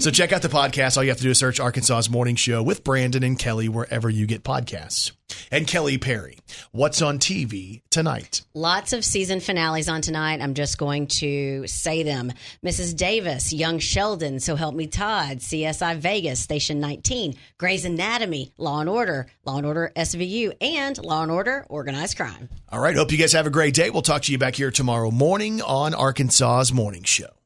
Speaker 2: So check out the podcast. All you have to do is search Arkansas's Morning Show with Brandon and Kelly wherever you get podcasts. And Kelly Perry, what's on TV tonight?
Speaker 3: Lots of season finales on tonight. I'm just going to say them. Mrs. Davis, Young Sheldon, So Help Me Todd, CSI Vegas, Station 19, Grey's Anatomy, Law and Order, Law and Order SVU, and Law and Order Organized Crime.
Speaker 2: All right. Hope you guys have a great day. We'll talk to you back here tomorrow morning on Arkansas's Morning Show.